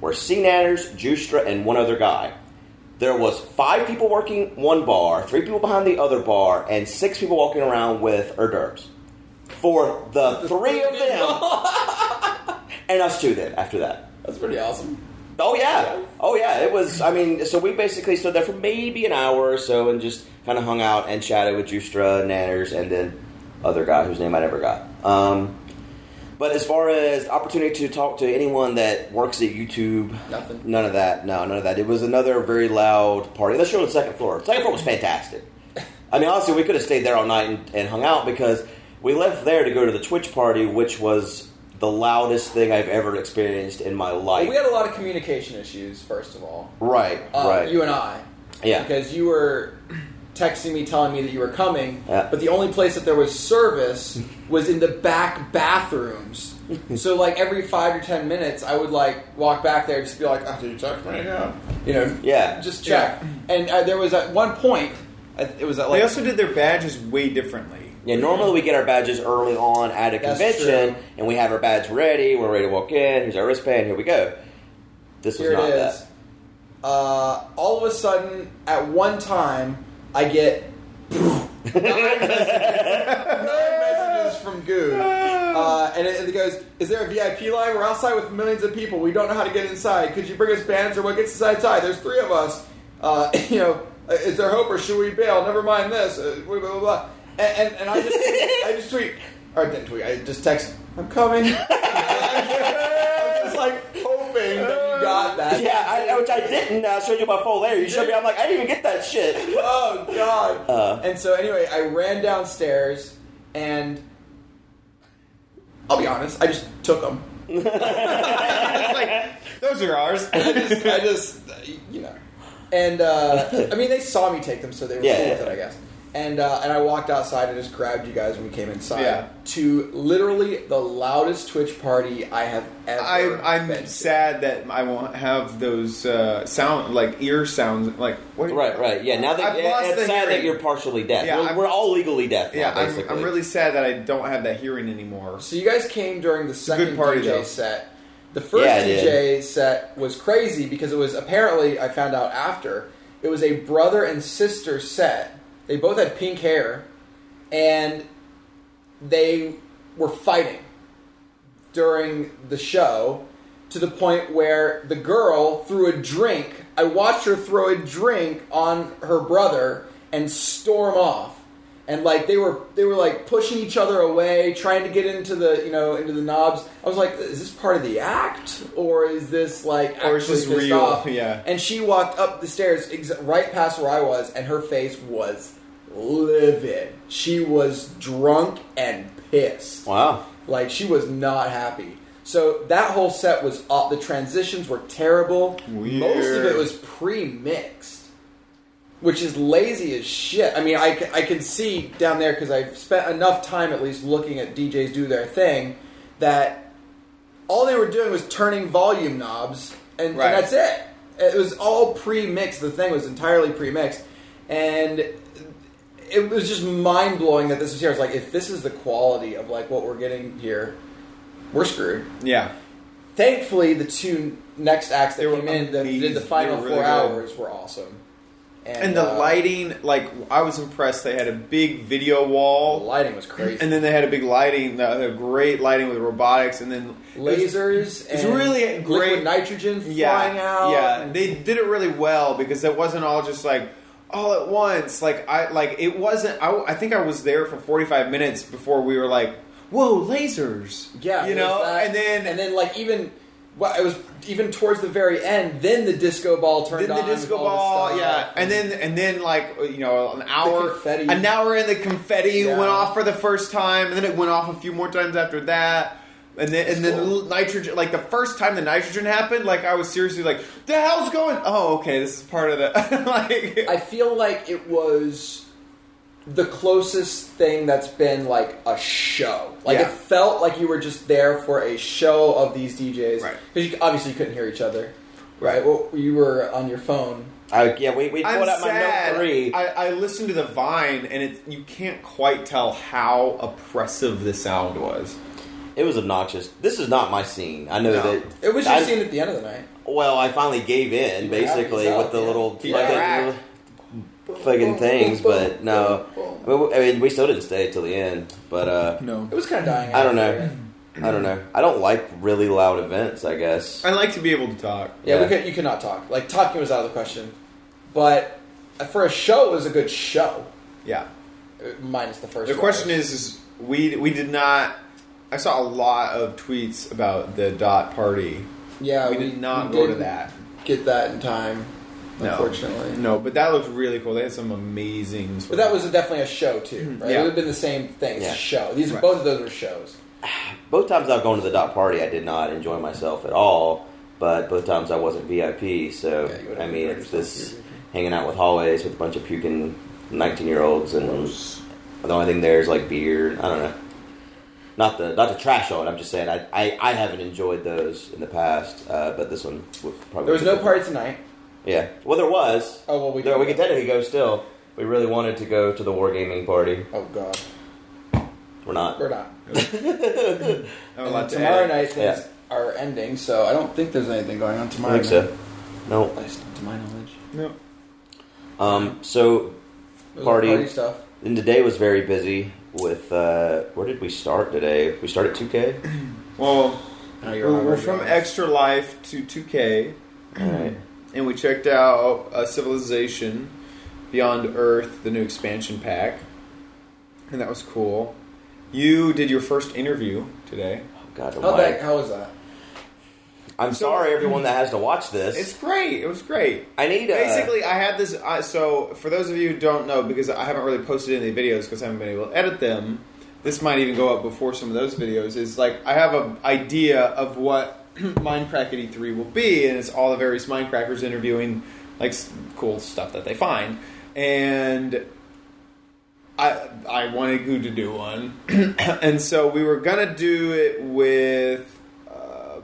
S2: were C Nanners, Justra, and one other guy. There was five people working one bar, three people behind the other bar, and six people walking around with hors d'oeuvres. For the three of them and us two then after that.
S3: That's pretty awesome.
S2: Oh yeah, oh yeah. It was. I mean, so we basically stood there for maybe an hour or so and just kind of hung out and chatted with Justra, Nanners, and then other guy whose name I never got. Um, but as far as opportunity to talk to anyone that works at YouTube,
S3: Nothing.
S2: None of that. No, none of that. It was another very loud party. Let's show on the second floor. Second floor was fantastic. I mean, honestly, we could have stayed there all night and, and hung out because we left there to go to the Twitch party, which was the loudest thing I've ever experienced in my life.
S3: Well, we had a lot of communication issues. First of all,
S2: Right,
S3: uh,
S2: right.
S3: you and I.
S2: yeah.
S3: Because you were texting me, telling me that you were coming,
S2: Yeah.
S3: but the only place that there was service was in the back
S2: *laughs*
S3: bathrooms. so, like, every five or ten minutes, I would, like, walk back there and just be like, oh, did you text me? Yeah. You know,
S2: Yeah.
S3: just check. And uh, there was at one point, uh, it was at,
S1: They
S3: like,
S1: also did their badges way differently. *laughs*
S2: Yeah, normally we get our badges early on at a
S3: That's
S2: convention,
S3: true.
S2: and we have our badge ready. We're ready to walk in. Here's our wristband. Here we go. This was
S3: here
S2: not
S3: it
S2: that.
S3: is. Uh, all of a sudden, at one time,
S2: *laughs*
S3: I get *laughs* nine messages, nine messages from Goo. Uh, and it, it goes, Is there a VIP line? We're outside with millions of people. We don't know how to get inside. Could you bring us bands or what gets us outside? There's three of us. Uh, *laughs* you know, is there hope or should we bail? Never mind this. Uh, blah, blah, blah, blah. And, and, and I just I just tweet, or I didn't tweet, I just text, I'm coming. *laughs* I'm just like hoping that you got that.
S2: *laughs* Yeah, I, I- which I didn't. I showed you my phone later. You showed me. I'm like, I didn't even get that shit. *laughs*
S3: oh god.
S2: Uh.
S3: and so anyway, I ran downstairs and I'll be honest, I just took them.
S1: It's like those are ours. *laughs*
S3: I
S2: *laughs*
S3: just, I just you know. And uh, I mean, they saw me take them, so they were
S2: Yeah,
S3: cool
S2: yeah.
S3: with it, I guess. and uh, and I walked outside and just grabbed you guys when we came inside
S1: Yeah.
S3: to literally the loudest Twitch party I have ever.
S1: I,
S3: been to.
S1: I'm sad that I won't have those uh, sound like ear sounds like what are you-
S2: Right, right. Yeah, now that
S1: I've lost
S2: it's
S1: the
S2: sad that
S1: hearing.
S2: you're partially deaf.
S1: Yeah,
S2: we're,
S1: I'm-
S2: we're all legally deaf now,
S1: Yeah, I'm,
S2: basically.
S1: I'm really sad that I don't have that hearing anymore.
S3: So you guys came during the second
S1: good party,
S3: DJ
S1: though.
S3: set. The first
S2: Yeah, I
S3: DJ
S2: did.
S3: set was crazy because it was apparently I found out after it was a brother and sister set. They both had pink hair, and they were fighting during the show to the point where the girl threw a drink. I watched her throw a drink on her brother and storm off. And like they were they were like pushing each other away, trying to get into the, you know, into the knobs. I was like, is this part of the act or is this like
S1: Or is
S3: actually
S1: this
S3: pissed
S1: real? *laughs*
S3: off?
S1: Yeah.
S3: And she walked up the stairs ex- right past where I was and her face was livid. She was drunk and pissed.
S2: wow.
S3: Like she was not happy. So that whole set was off. The transitions were terrible. Most of it
S1: Weird.
S3: was pre-mixed, which is lazy as shit. I mean, I, ca- I can see down there because I've spent enough time at least looking at DJs do their thing that all they were doing was turning volume knobs, and,
S1: Right.
S3: and that's it. It was all pre-mixed. The thing was entirely pre-mixed, and it was just mind blowing that this was here. It's like if this is the quality of like what we're getting here, we're screwed.
S1: Yeah,
S3: Thankfully, the two next acts that
S1: They were
S3: came in that did the
S1: amazing.
S3: final
S1: They were
S3: four
S1: really good.
S3: hours were awesome.
S1: and the
S3: uh,
S1: lighting, like I was impressed. They had a big video
S3: the
S1: wall,
S3: lighting was crazy.
S1: and then they had a big lighting, the, the great lighting with robotics, and then
S3: lasers.
S1: it's
S3: and
S1: really
S3: liquid
S1: great-
S3: nitrogen
S1: yeah,
S3: flying out.
S1: Yeah,
S3: and-
S1: they did it really well because it wasn't all just like all at once. Like I like it wasn't. I, I think I was there for forty five minutes before we were like, "Whoa, lasers!"
S3: Yeah,
S1: you
S3: it was
S1: know,
S3: that,
S1: and then
S3: and then like even well, it was even towards the very end. Then the disco ball turned
S1: then the
S3: on. with
S1: disco
S3: all this
S1: ball,
S3: stuff.
S1: yeah, and then and then like you know an hour,
S3: confetti.
S1: an hour in the confetti
S3: Yeah.
S1: went off for the first time, and then it went off a few more times after that. And then, and then
S3: cool.
S1: nitrogen, like the first time the nitrogen happened, like I was seriously like, the hell's going? Oh, okay, this is part of the *laughs* like.
S3: I feel like it was the closest thing that's been like a show. Like
S1: Yeah.
S3: it felt like you were just there for a show of these DJs.
S1: Right.
S3: Because obviously you couldn't hear each other. Right. Well, you were on your phone.
S2: I, yeah, we, we
S1: I'm
S2: pulled out my
S1: sad.
S2: note three.
S1: I, I listened to the Vine, and it you can't quite tell how oppressive the sound was.
S2: it was obnoxious. This is not my scene. I know
S1: No.
S2: that.
S3: It was
S2: I-
S3: just seen at the end of the night.
S2: Well, I finally gave in,
S3: You were happy
S2: basically,
S3: as hell,
S2: with the
S3: yeah.
S2: little
S1: Yeah. Crack.
S2: fucking, fucking things, but no. I mean, we- I mean, we still didn't stay till the end, but uh,
S1: No,
S3: It was kind of dying.
S2: I
S3: out
S2: don't
S3: there.
S2: know. I don't know. I don't like really loud events, I guess.
S1: I like to be able to talk.
S3: Yeah,
S2: Yeah.
S3: We could, you could not talk. Like talking was out of the question. But uh, for a show, it was a good show.
S1: Yeah.
S3: uh, Minus the first.
S1: The
S3: one.
S1: question is, is we we did not. I saw a lot of tweets about the dot party.
S3: yeah,
S1: we, did not go to
S3: didn't
S1: that.
S3: Get that in time,
S1: No.
S3: unfortunately.
S1: No, but that looked really cool. They had some amazing.
S3: But that was definitely a show too, right?
S1: Mm-hmm. Yeah.
S3: It would have been the same thing. It's
S2: Yeah.
S3: a show. These
S1: Right.
S3: both of those were shows.
S2: Both times I've gone to the dot party, I did not enjoy myself at all. But both times I wasn't VIP, so
S3: Yeah, you would've
S2: I mean,
S3: enjoyed
S2: it's
S3: yourself
S2: this
S3: if you
S2: hanging out with hallways with a bunch of puking nineteen-year-olds, and the only thing there is like beer. I don't know. Not the not the trash on. I'm just saying I, I, I haven't enjoyed those in the past, uh, but this one would probably
S3: There was
S2: be
S3: no
S2: different.
S3: party tonight.
S2: Yeah, well there was.
S3: Oh well, we
S2: There-
S3: did
S2: we could technically go still. We really wanted to go to the wargaming party.
S3: Oh god,
S2: We're not.
S3: we're not.
S1: I would
S3: And
S1: like
S3: then
S1: to
S3: tomorrow
S1: add-
S3: night things
S2: Yeah.
S3: are ending, so I don't think there's anything going on
S2: I
S3: tomorrow.
S2: think
S3: night.
S2: so. No.
S3: At least to my knowledge.
S1: No.
S2: Um. So
S3: Those
S2: Party.
S3: party stuff.
S2: And today was very busy with uh, where did we start today? We started 2K.
S1: Well,
S3: No,
S1: we
S3: you're
S1: we're
S3: right,
S1: from
S3: right.
S1: Extra Life to 2K,
S2: All right.
S1: and we checked out uh, Civilization Beyond Earth, the new expansion pack, and that was cool. You did your first interview today.
S2: Oh, God,
S3: How
S2: why-
S3: that? How was that?
S2: I'm sorry, everyone that has to watch this.
S1: It's great. It was great.
S2: I need uh,
S1: Basically, I had this. I so, for those of you who don't know, because I haven't really posted any videos because I haven't been able to edit them, this might even go up before some of those videos. Is like I have an idea of what *clears throat* Minecraft E three will be, and it's all the various Minecrafters interviewing like s- cool stuff that they find, and I I wanted Goo to do one, *clears throat* and so we were gonna do it with uh,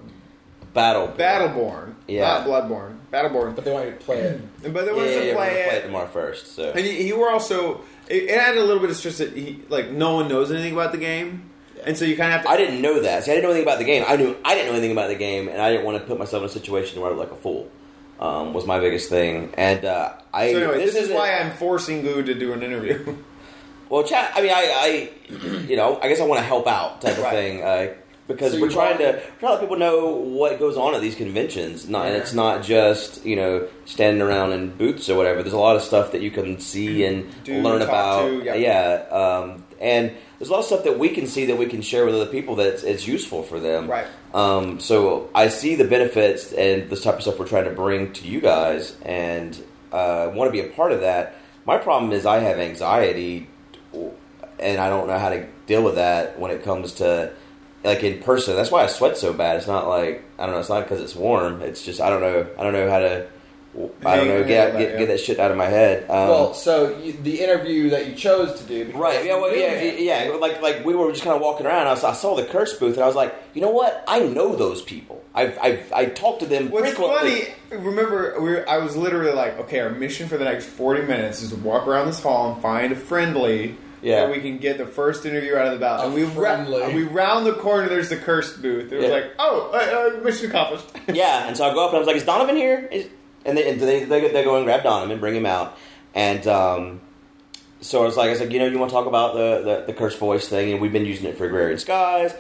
S2: Battle.
S1: Battleborn,
S2: Yeah.
S1: not Bloodborn, Battleborn.
S3: But they want you to play it.
S1: But they
S2: Yeah,
S1: wanted
S2: yeah,
S1: to
S2: yeah, we're
S1: play
S2: gonna
S1: it,
S2: play it tomorrow first. So
S1: and you, you were also it, it added a little bit of stress that he, like no one knows anything about the game, and so you kind of have to.
S2: I didn't know that. See, I didn't know anything about the game. I knew I didn't know anything about the game, and I didn't want to put myself in a situation where I looked like a fool. Um, was my biggest thing, and uh, I.
S1: so anyway, this, is
S2: isn't-
S1: why I'm forcing Goo to do an interview.
S2: Well, chat. I mean, I, I, you know, I guess I want to help out type of
S1: Right.
S2: thing uh, because
S3: So
S2: we're
S3: you
S2: trying
S3: want-
S2: to we're trying to let people know what goes on at these conventions. Not, and
S3: Yeah.
S2: it's not just you know standing around in booths or whatever. There's a lot of stuff that you can see and
S1: Do,
S2: learn
S1: talk
S2: about.
S1: to, yeah.
S2: um, and there's a lot of stuff that we can see that we can share with other people that it's, it's useful for them.
S1: Right.
S2: Um, so I see the benefits and this type of stuff we're trying to bring to you guys, and uh, want to be a part of that. My problem is I have anxiety, and I don't know how to deal with that when it comes to like in person. That's why I sweat so bad. It's not like I don't know. It's not because it's warm. It's just I don't know. I don't know how to. I don't know. Get
S1: Yeah,
S2: get,
S1: yeah.
S2: get that shit out of my head. Um,
S3: well, so you, the interview that you chose to do, because
S2: Right. Yeah. Well,
S3: you knew
S2: yeah.
S3: it.
S2: Yeah. yeah. Like, like we were just kind of walking around. I, was, I saw the curse booth, and I was like, you know what? I know those people. I've, I've, I talked to them
S1: What's
S2: frequently.
S1: funny, remember, we were, I was literally like, okay, our mission for the next 40 minutes is to walk around this hall and find a friendly
S2: Yeah.
S1: that we can get the first interview out of the ballot.
S3: A
S1: And we, ra-
S3: friendly.
S1: and we round the corner, there's the cursed booth. It was
S2: Yeah.
S1: like, oh, uh, uh, mission accomplished.
S2: *laughs* Yeah. And so I go up, and I was like, is Donovan here? Is, and they, and they, they, go- they go and grab Donovan and bring him out, and um, so I was like, I was like, you know, you want to talk about the, the the curse voice thing, and we've been using it for Agrarian Skies,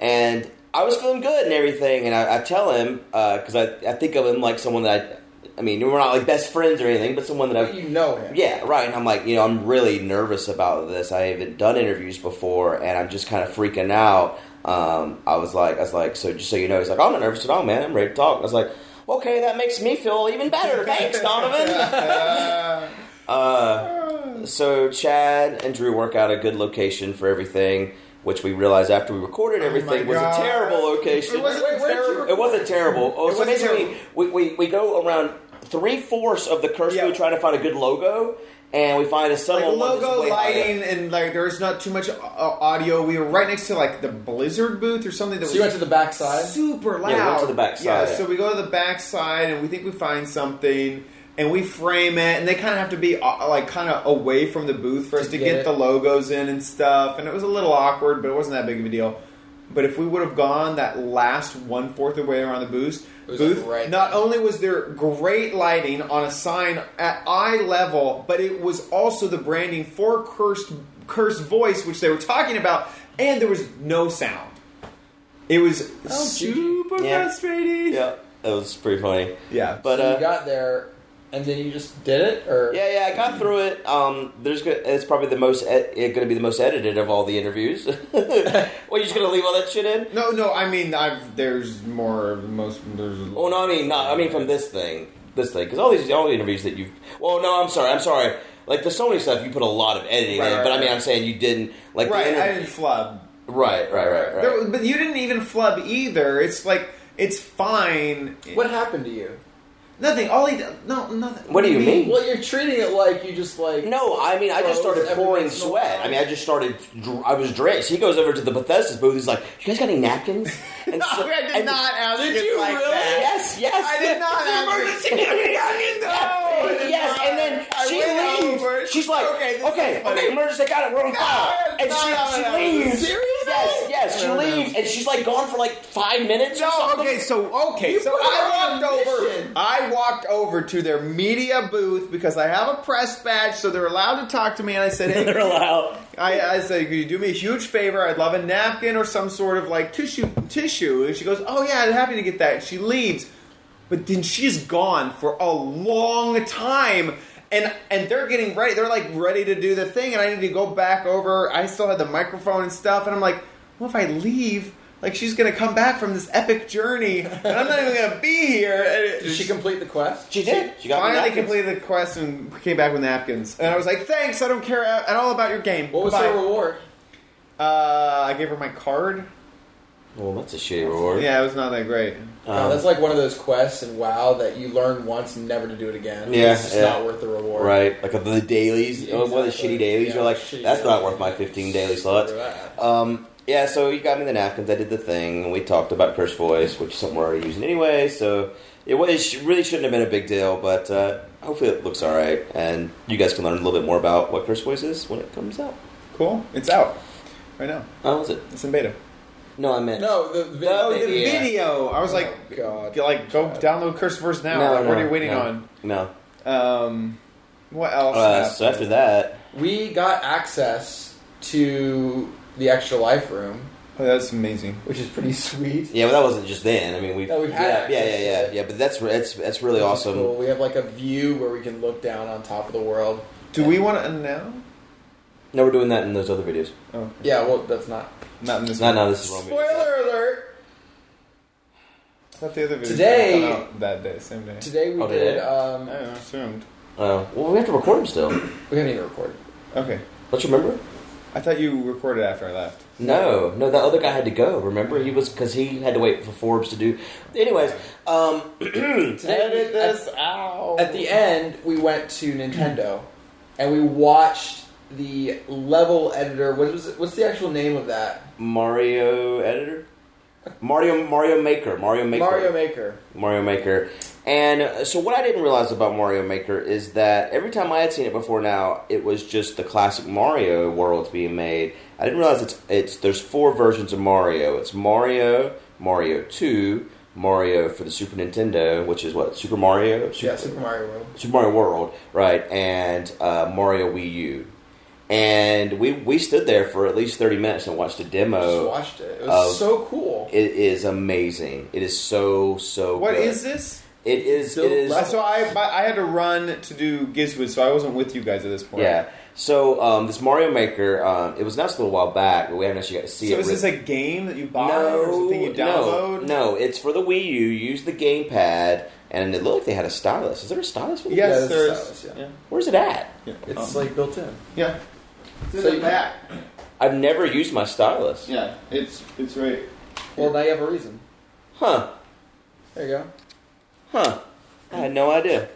S2: and I was feeling good and everything, and I, I tell him because I, I think of him like someone that I, I mean, we're not like best friends or anything, but someone that I've
S3: But you know him.
S2: Yeah, right. And I'm like, you know, I'm really nervous about this. I haven't done interviews before, and I'm just kind of freaking out. Um, I was like, I was like, so just so you know, he's like, "Oh, I'm not nervous at all, man. I'm ready to talk. I was like, okay, that makes me feel even better. Thanks, Donovan.
S1: *laughs* Uh,
S2: uh, so Chad and Drew work out a good location for everything, which we realized after we recorded everything was
S1: Oh God.
S2: a terrible location.
S1: It wasn't
S3: Wait, where did you
S1: terrible.
S3: record?
S2: It wasn't terrible. Oh,
S1: It
S2: so
S1: wasn't
S2: basically,
S1: terrible.
S2: we, we, we go around three fourths of the curse
S1: Yeah.
S2: we try to find a good logo, and we find a
S1: like
S2: subtle one that's
S1: logo
S2: way high up.
S1: lighting and like there was not too much uh, audio. We were right next to like the Blizzard booth or something that
S3: So
S1: was
S3: you went to the backside.
S1: super loud.
S2: we went to the back
S1: Yeah,
S2: side.
S1: so we go to the back side and we think we find something and we frame it and they kind of have to be uh, like kind of away from the booth for us
S3: To
S1: to
S3: get
S1: get,
S3: it.
S1: the logos in and stuff. And it was a little awkward, but it wasn't that big of a deal. But if we would have gone that last one fourth of the way around the booth,
S3: It was, like,
S1: booth,
S3: right
S1: not
S3: there.
S1: only was there great lighting on a sign at eye level, but it was also the branding for cursed cursed voice, which they were talking about, and there was no sound. It was
S3: gee.
S1: super
S2: Oh, Yeah.
S1: frustrating.
S2: Yeah, that was pretty funny.
S1: Yeah.
S2: But
S3: So
S2: uh,
S3: you got there, and then you just did it, or
S2: yeah, yeah, I got through it. Um, there's go- it's probably the most ed- going to be the most edited of all the interviews. *laughs* well, you're just going to leave all that shit in?
S1: no, no. I mean, I've there's more. Most there's.
S2: Well, Oh, no, I mean, not. I mean, from this thing, this thing, because all these all the interviews that you've. Well, no, I'm sorry, I'm sorry. Like the Sony stuff, you put a lot of editing
S1: Right,
S2: in,
S1: right,
S2: but I mean,
S1: right.
S2: I'm saying you didn't like
S1: right.
S2: the
S1: I
S2: interview.
S1: didn't flub.
S2: Right, right, right, right.
S1: There- but you didn't even flub either. It's like it's fine.
S3: what happened to you?
S1: Nothing. All he d- no nothing.
S2: What do you mean?
S3: Well, you're treating it like you just like
S2: no, I mean, I just
S3: Well, it was
S2: started
S3: every
S2: pouring
S3: once in a
S2: sweat.
S3: while.
S2: I mean, I just started. dr- I was drenched. He goes over to the Bethesda booth. He's like, "You guys got any napkins?"
S1: *laughs*
S2: And
S1: No, *laughs* I did
S2: and-
S1: not ask
S2: Did
S1: it
S2: you
S1: like
S2: really?
S1: that.
S2: Yes, yes.
S1: I did not ask it.
S2: It's an emergency.
S1: *laughs*
S2: I need
S1: No, I did
S2: yes,
S1: not.
S2: and then
S1: I
S2: she
S1: went
S2: leaves.
S1: over.
S2: She's like,
S1: Okay,
S2: "Okay,
S1: this is
S2: okay,
S1: funny.
S2: emergency. Got
S1: *laughs*
S2: it. We're on
S1: No,
S2: fire." And
S1: no,
S2: she,
S1: no,
S2: she
S1: no, no.
S2: leaves.
S1: Serious?
S2: Yes, yes. She
S1: No, no.
S2: leaves, and she's like gone for like five minutes. or
S1: No,
S2: something.
S1: okay, so okay,
S3: You
S1: so
S3: put
S1: I
S3: her on
S1: walked
S3: a
S1: over.
S3: mission.
S1: I walked over to their media booth because I have a press badge, so they're allowed to talk to me. And I *laughs* said,
S2: *laughs* They're
S1: "Hey,
S2: allowed.
S1: I, I said, could you do me a huge favor? I'd love a napkin or some sort of like tissue." Tissue, and she goes, "Oh yeah, I'm happy to get that." She leaves, but then she's gone for a long time. And, and they're getting ready. They're like ready to do the thing, and I need to go back over. I still had the microphone and stuff, and I'm like, well, if I leave, like she's gonna come back from this epic journey, and I'm not even gonna be here. And it-
S3: Did she complete the quest?
S2: She did. She got me
S1: finally
S2: napkins.
S1: completed the quest and came back with napkins. And I was like, thanks, I don't care at all about your game.
S3: What was
S1: Goodbye."
S3: her reward?
S1: Uh, I gave her my card.
S2: Well, Oh, that's a shitty reward.
S1: Yeah, it was not that great.
S3: God,
S2: Um,
S3: Oh, that's like one of those quests in WoW that you learn once and never to do it again.
S2: Yeah,
S3: it's just
S2: yeah.
S3: not worth the reward.
S2: Right, like the dailies,
S3: Yeah,
S2: one of the
S3: exactly.
S2: shitty dailies.
S3: Yeah,
S2: you're like,
S3: shitty
S2: that's not
S3: dailies.
S2: worth my 15 daily slots.
S3: Screw that.
S2: Um, yeah, so you got me the napkins. I did the thing. and We talked about curse voice, which is something we're already using anyway. So it was it sh- really shouldn't have been a big deal, but uh, hopefully it looks all right, and you guys can learn a little bit more about what curse voice is when it comes out.
S1: Cool. It's out right now.
S2: Oh, was it?
S1: It's in beta.
S2: No, I meant
S3: No, the video.
S1: Oh, the video. I was like,
S3: Oh, God.
S1: g- like go download Curse Verse now.
S2: No,
S1: like, what
S2: no,
S1: are you waiting
S2: no.
S1: on?
S2: no.
S1: Um, what else?
S2: Uh, so after
S1: happened?
S2: that,
S3: We got access to the extra life room,
S1: oh, that's amazing.
S3: which is pretty *laughs* sweet.
S2: yeah, well, that wasn't just then. I mean, we've,
S3: No, we've had
S2: yeah, yeah,
S3: access.
S2: yeah, yeah, yeah. But that's re- that's that's really
S3: Which is
S2: awesome.
S3: cool. We have like a view where we can look down on top of the world.
S1: Do we want to now?
S2: No, we're doing that in those other videos.
S1: Oh,
S3: Yeah, well, that's not.
S1: not in this.
S2: No,
S1: one.
S2: no, this is wrong. video.
S3: Spoiler alert!
S1: I thought the other video
S3: Today-
S1: came out that day, same day.
S3: Today we
S2: Oh, did
S3: did.
S2: it?
S1: I
S3: Um,
S1: assumed.
S2: Oh, well, we have to record them still.
S3: we haven't even recorded.
S1: Okay,
S2: Don't you remember?
S1: I thought you recorded after I left.
S2: No, no, that other guy had to go. Remember, he was because he had to wait for Forbes to do. Anyways, um,
S3: Today, at,
S1: out.
S3: at the end, we went to Nintendo, and we watched the level editor. What was it, what's the actual name of that?
S2: Mario editor, Mario Mario Maker, Mario Maker,
S3: Mario Maker.
S2: Mario Maker. And uh, so, what I didn't realize about Mario Maker is that every time I had seen it before now, it was just the classic Mario worlds being made. I didn't realize it's it's there's four versions of Mario. It's Mario, Mario Two, Mario for the Super Nintendo, which is what Super Mario, Super,
S3: Yeah, Super Mario World.
S2: Super Mario World, right, and uh, Mario Wii U. And we we stood there for at least thirty minutes and watched a
S3: Just
S2: demo.
S3: watched it. It was
S2: of-
S3: so cool.
S2: It is amazing. It is so so.
S1: What
S2: good.
S1: is this?
S2: It is.
S3: Still
S2: It is.
S1: Uh, So I my- I had to run to do Gizwiz, so I wasn't with you guys at this point.
S2: Yeah. So um, this Mario Maker, um, it was announced a little while back, but we haven't actually got to see
S1: So
S2: it.
S1: is this
S2: writ-
S1: a game that you buy
S2: no,
S1: or something you download?
S2: No, no, it's for the Wii U. Use the gamepad, and it looked like they had a stylus. Is there a stylus? For the
S1: Yes,
S3: Yeah, this
S1: there's.
S3: is stylus, yeah.
S2: Where's it at?
S1: yeah.
S3: It's
S1: Um,
S3: like built in.
S1: yeah.
S3: in So the you-
S1: back.
S2: I've never used my stylus.
S1: Yeah, it's it's right.
S3: Well, now you have a reason.
S2: Huh.
S3: There you go.
S2: Huh. I had no idea.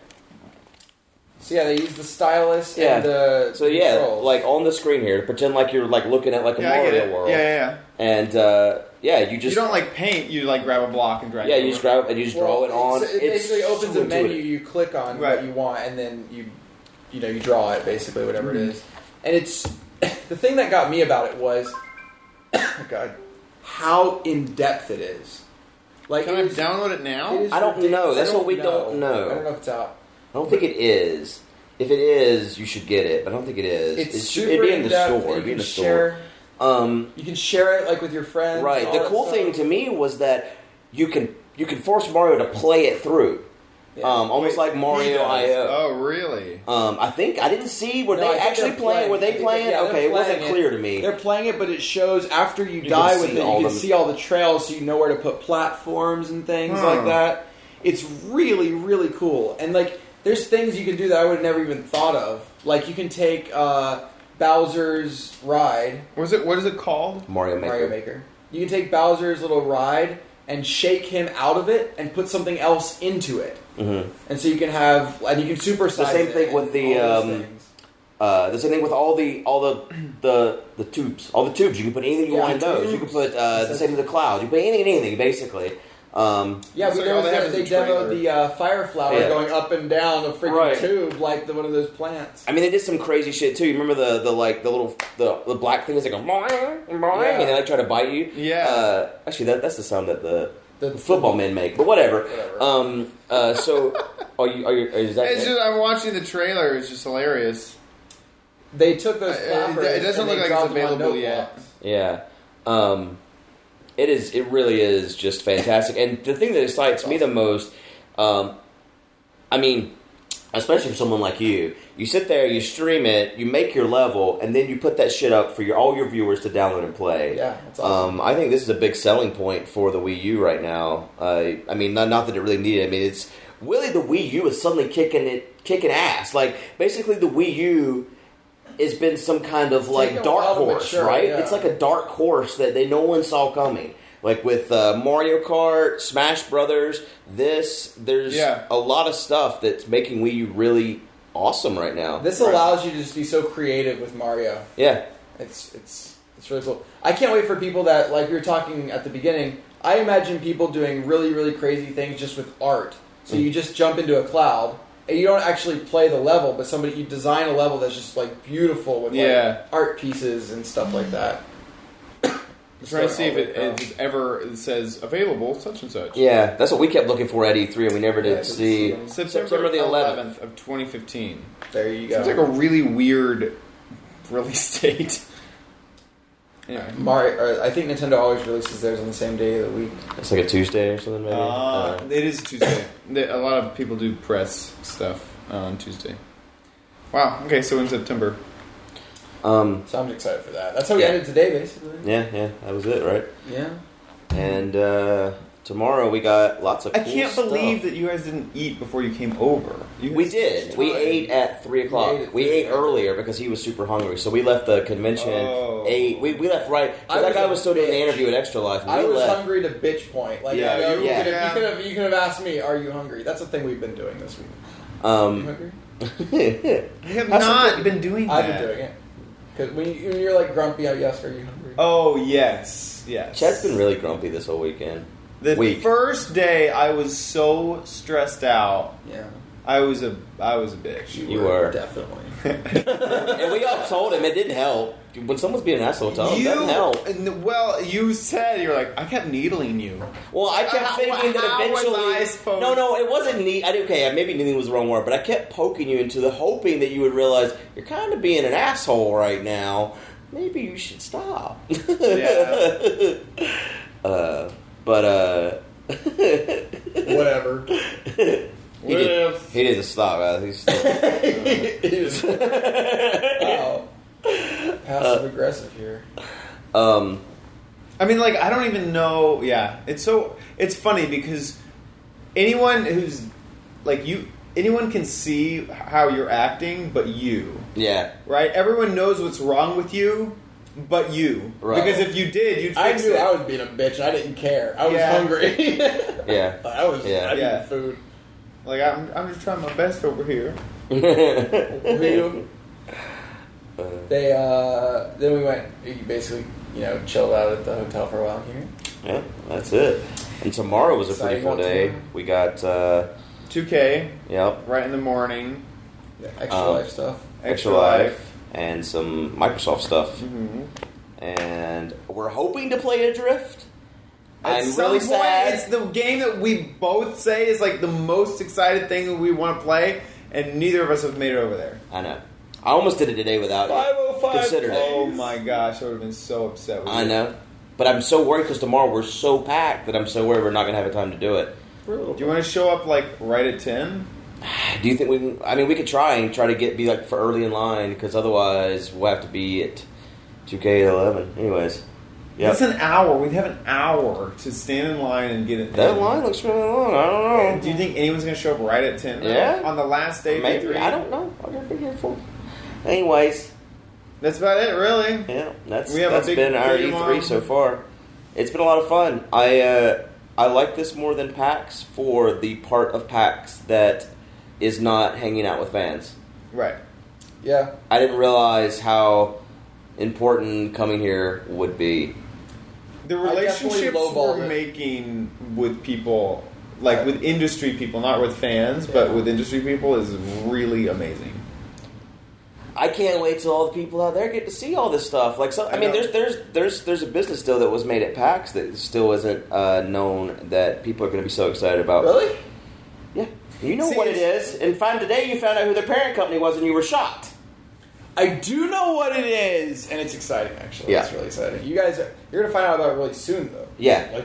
S3: So yeah, they use the stylus
S2: Yeah.
S3: and the
S2: So yeah,
S3: controls.
S2: like on the screen here, pretend like you're like looking at like a
S1: Yeah, I
S2: Mario
S1: get it.
S2: world,
S1: Yeah, yeah, yeah.
S2: and uh, yeah, you just
S1: you don't like paint. You like grab a block and drag.
S2: yeah,
S1: it
S2: you just grab it and you just draw
S3: Well,
S2: it on.
S3: so it
S2: It's
S3: basically opens
S2: so
S3: a menu.
S2: intuitive.
S3: You click on
S1: Right.
S3: what you want, and then you, you know, you draw it basically whatever it is. And it's *laughs* the thing that got me about it was, *coughs* oh God, how in depth it is. Like
S1: Can
S3: it
S1: I
S3: is-
S1: download it now?
S3: it is
S2: I don't
S3: ridic-
S2: know.
S3: I
S2: That's what we don't know.
S3: I don't know if it's out.
S2: I don't think it is. If it is, you should get it. But I don't think it is.
S3: It's
S2: it should,
S3: super
S2: it'd be in the
S3: in-depth,
S2: store.
S3: You
S2: It'd be
S3: can
S2: in the store.
S3: share.
S2: Um,
S3: You can share it like with your friends.
S2: right.
S3: all
S2: The
S3: that
S2: cool
S3: stuff.
S2: thing to me was that you can you can force Mario to play it through,
S3: Yeah.
S2: um, almost
S1: Wait,
S2: like
S1: he
S2: Mario
S1: does.
S2: I.O.
S1: Oh, really?
S2: Um, I think I didn't see were
S3: No, I
S2: they
S3: think
S2: actually
S3: they're
S2: playing? Were they playing?
S3: Yeah, they're
S2: okay, it wasn't
S3: playing
S2: clear to me.
S3: They're playing it, but it shows after you,
S2: can
S3: die with
S2: see
S3: it, you
S2: all
S3: can
S2: the-
S3: see all the trails, so you know where to put platforms and things
S1: Huh.
S2: Hmm.
S3: like that. It's really, really cool. And like, there's things you can do that I would have never even thought of. Like, you can take uh, Bowser's ride,
S1: Was it? What is it called?
S2: Mario Maker.
S3: Mario Maker. You can take Bowser's little ride and shake him out of it and put something else into it.
S2: Mhm.
S3: And so you can have, and you can super
S2: same thing with the, um, Uh, the same thing with all the all the, the the tubes, all the tubes. You can put anything you
S3: Yeah,
S2: want in those. You can
S3: tubes.
S2: put uh, the same with the cloud. You can put anything, in anything, basically. Um,
S3: Yeah,
S1: It's
S3: we
S1: like
S3: know
S1: all they
S3: that
S1: have
S3: they
S1: is a
S3: demoed
S1: trailer.
S3: the uh, fire flower
S2: Yeah.
S3: going up and down the freaking
S2: Right.
S3: tube like the, one of those plants.
S2: I mean, they did some crazy shit too. You remember the the like the little the, the black thing is like a boing, boing, and they like try to bite you.
S1: Yeah.
S2: Uh, actually, that that's the sound that the,
S3: The-
S2: the football men make. But whatever.
S3: Whatever.
S2: Um. Uh. So are you are you is that?
S1: It's just I'm watching the trailer. It's just hilarious.
S3: They took those
S1: Uh, it-
S3: flappers.
S1: it doesn't
S3: and
S1: look
S3: they
S1: like it's
S3: dropped them on
S1: available yet.
S3: notebooks.
S2: Yeah. Um, it is. It really is just fantastic. and the thing that excites me the most, um, I mean, especially for someone like you, you sit there, you stream it, you make your level, and then you put that shit up for your all your viewers to download and play.
S3: Yeah, that's
S2: Um,
S3: awesome.
S2: I think this is a big selling point for the Wii U right now. Uh, I mean, not, not that it really needed. I mean, it's really the Wii U is suddenly kicking it, kicking ass. Like basically, the Wii U has been some kind of like
S3: taken a
S2: dark
S3: while to
S2: horse,
S3: mature,
S2: right?
S3: yeah.
S2: It's like a dark horse that they no one saw coming. Like with uh, Mario Kart, Smash Brothers, this there's
S1: Yeah.
S2: a lot of stuff that's making Wii U really awesome right now.
S3: This allows you to just be so creative with Mario.
S2: yeah,
S3: It's it's it's really cool. I can't wait for people that like we were talking at the beginning. I imagine people doing really really crazy things just with art. So
S1: Mm.
S3: you just jump into a cloud and you don't actually play the level, but somebody you design a level that's just like beautiful with
S1: Yeah.
S3: like art pieces and stuff like that.
S1: I'm *coughs* trying to see if it,
S3: Alright,
S1: if it ever says available such and such.
S2: yeah, that's what we kept looking for at E3, and we never did
S3: Yeah, so
S2: see.
S3: it's-
S1: September,
S2: September the 11th.
S1: of 2015.
S3: There you
S1: Seems like a
S3: go.
S1: really weird release *laughs* date. Anyway.
S3: Mario, or uh, I think Nintendo always releases theirs on the same day of the week.
S2: It's like a Tuesday or something, maybe.
S1: Uh,
S2: Uh,
S1: it is Tuesday. They- a lot of people do press stuff on Tuesday. Wow. Okay, so in September.
S2: um,
S3: So I'm excited for that. That's how we
S2: Yeah.
S3: ended today, basically.
S2: yeah, yeah, that was it, right?
S3: Yeah.
S2: And uh, tomorrow we got lots of.
S1: I
S2: cool
S1: can't
S2: stuff.
S1: believe that you guys didn't eat before you came over. You
S2: We
S1: guys-
S2: did. We
S3: Time.
S2: ate at three o'clock.
S3: We
S2: We
S3: ate at
S2: ate,
S3: three.
S2: earlier because he was super hungry. So we left the convention.
S1: Oh.
S2: Eight. We, we left right. 'cause
S3: I
S2: that
S3: was
S2: guy
S3: a
S2: was still doing the
S3: bitch.
S2: interview at Extra Life. And
S3: I
S2: we
S3: was
S2: left.
S3: hungry to bitch point. Like,
S1: Yeah,
S3: I know,
S1: you-
S3: you,
S2: yeah.
S3: could
S1: Yeah.
S3: have, you could have you could have asked me, "Are you hungry?" That's the thing we've been doing this week. Are you *laughs*
S2: Um, *laughs*
S3: hungry?
S1: I have
S2: That's
S1: not been doing that.
S3: I've been doing it because when, you, when you're like grumpy, I ask, "Are you hungry?"
S1: Oh, yes. Yes.
S2: Chad's been really grumpy this whole weekend.
S1: The
S2: weak.
S1: first day I was so stressed out.
S3: yeah,
S1: I was a I was a
S2: *laughs*
S1: bitch.
S2: You were.
S3: definitely.
S2: and we all told him it didn't help. When someone's being an asshole, tell them it doesn't help.
S1: n- well, you said you're like I kept needling you.
S2: Well, I kept
S1: How-
S2: thinking that
S1: Uh, how was
S2: eventually.
S1: I supposed-
S2: no, no, it wasn't neat. I did, okay, maybe needling was the wrong word, but I kept poking you into the hoping that you would realize you're kind of being an asshole right now. Maybe you should stop. *laughs*
S1: Yeah.
S2: uh, but uh, *laughs*
S3: Whatever.
S2: he, did, he doesn't stop. guys. He's still-
S1: *laughs*
S3: wow,
S2: Uh.
S3: passive aggressive here.
S2: um,
S1: I mean, like I don't even know. Yeah, it's so it's funny because anyone who's like you, anyone can see how you're acting, but you,
S2: yeah. *laughs*
S1: right? Everyone knows what's wrong with you, but you.
S2: Right.
S1: Because if you did, you'd
S3: I
S1: fix
S3: knew
S1: it.
S3: I was being a bitch. I didn't care. I was
S1: Yeah. *laughs*
S3: hungry.
S2: Yeah.
S3: *laughs* I was.
S2: Yeah.
S3: I needed
S1: Yeah.
S3: food.
S1: like I'm, I'm just trying my best over here.
S3: Real. They uh, then we went. You basically, you know, chilled out at the hotel for a while here.
S2: yeah, that's it. And tomorrow was a pretty
S3: Exciting
S2: full
S3: about
S2: day.
S3: tomorrow.
S2: We got, uh,
S1: 2K
S2: yep,
S1: right in the morning.
S3: The extra
S2: Um,
S3: life stuff.
S2: Extra Life and some Microsoft stuff.
S1: Mhm.
S2: And we're hoping to play Adrift.
S1: At
S2: I'm
S1: some
S2: really
S1: point,
S2: sad.
S1: it's the game that we both say is like the most excited thing that we want to play, and neither of us have made it over there.
S2: I know. I almost did it today without you.
S3: 505
S2: Considered it.
S1: Oh my gosh, I would have been so upset. With
S2: I
S1: you.
S2: know. But I'm so worried because tomorrow we're so packed that I'm so worried we're not going to have the time to do it.
S1: Do you want to show up like right at ten?
S2: Do you think we can? I mean, we could try and try to get be like for early in line because otherwise we'll have to be at 2K at 11. Anyways. Yep.
S1: It's an hour. We'd have an hour to stand in line and get it.
S2: That
S1: in.
S2: line looks really long. I don't know.
S1: Do you think anyone's going to show up right at ten?
S2: Yeah.
S1: On the last day. of
S2: Maybe.
S1: E3?
S2: I don't know. I'll just be here for Anyways.
S1: That's about it, really.
S2: Yeah, that's
S1: We have a
S2: that's
S1: big
S2: been our
S1: video
S2: E3
S1: on.
S2: so far. It's been a lot of fun. I uh, I like this more than PAX for the part of PAX that is not hanging out with fans.
S1: Right.
S3: Yeah.
S2: I didn't realize how important coming here would be.
S1: The
S3: I definitely
S1: relationships
S3: lowballed
S1: we're
S3: it.
S1: making with people, like
S3: Right.
S1: with industry people, not with fans, but
S3: Yeah.
S1: with industry people, is really amazing.
S2: I can't wait till all the people out there get to see all this stuff. Like, some, I,
S1: I
S2: mean,
S1: know.
S2: there's there's there's there's a business deal that was made at PAX that still isn't uh, known that people are going to be so excited about.
S3: Really?
S2: Yeah, you know
S1: See,
S2: what it
S1: it's-
S2: is. In fact, today you found out who their parent company was, and you were shocked.
S3: I do know what it is, and it's exciting. Actually,
S2: Yeah.
S3: it's really exciting. You guys, are, you're gonna find out about it really soon, though.
S2: Yeah,
S3: Like,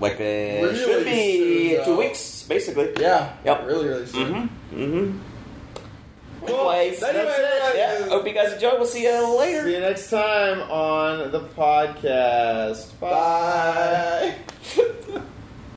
S2: like uh, it
S3: Really
S2: should be
S3: soon,
S2: two
S3: though.
S2: weeks, basically.
S3: yeah,
S2: Yep.
S3: really, really soon.
S2: Mm-hmm. Mm-hmm.
S3: Cool.
S2: Anyways,
S3: Anyway, uh,
S2: that's it.
S3: anyway.
S2: Yeah. Hope you guys enjoyed. We'll see you later.
S1: See you next time on the podcast. Bye.
S3: Bye.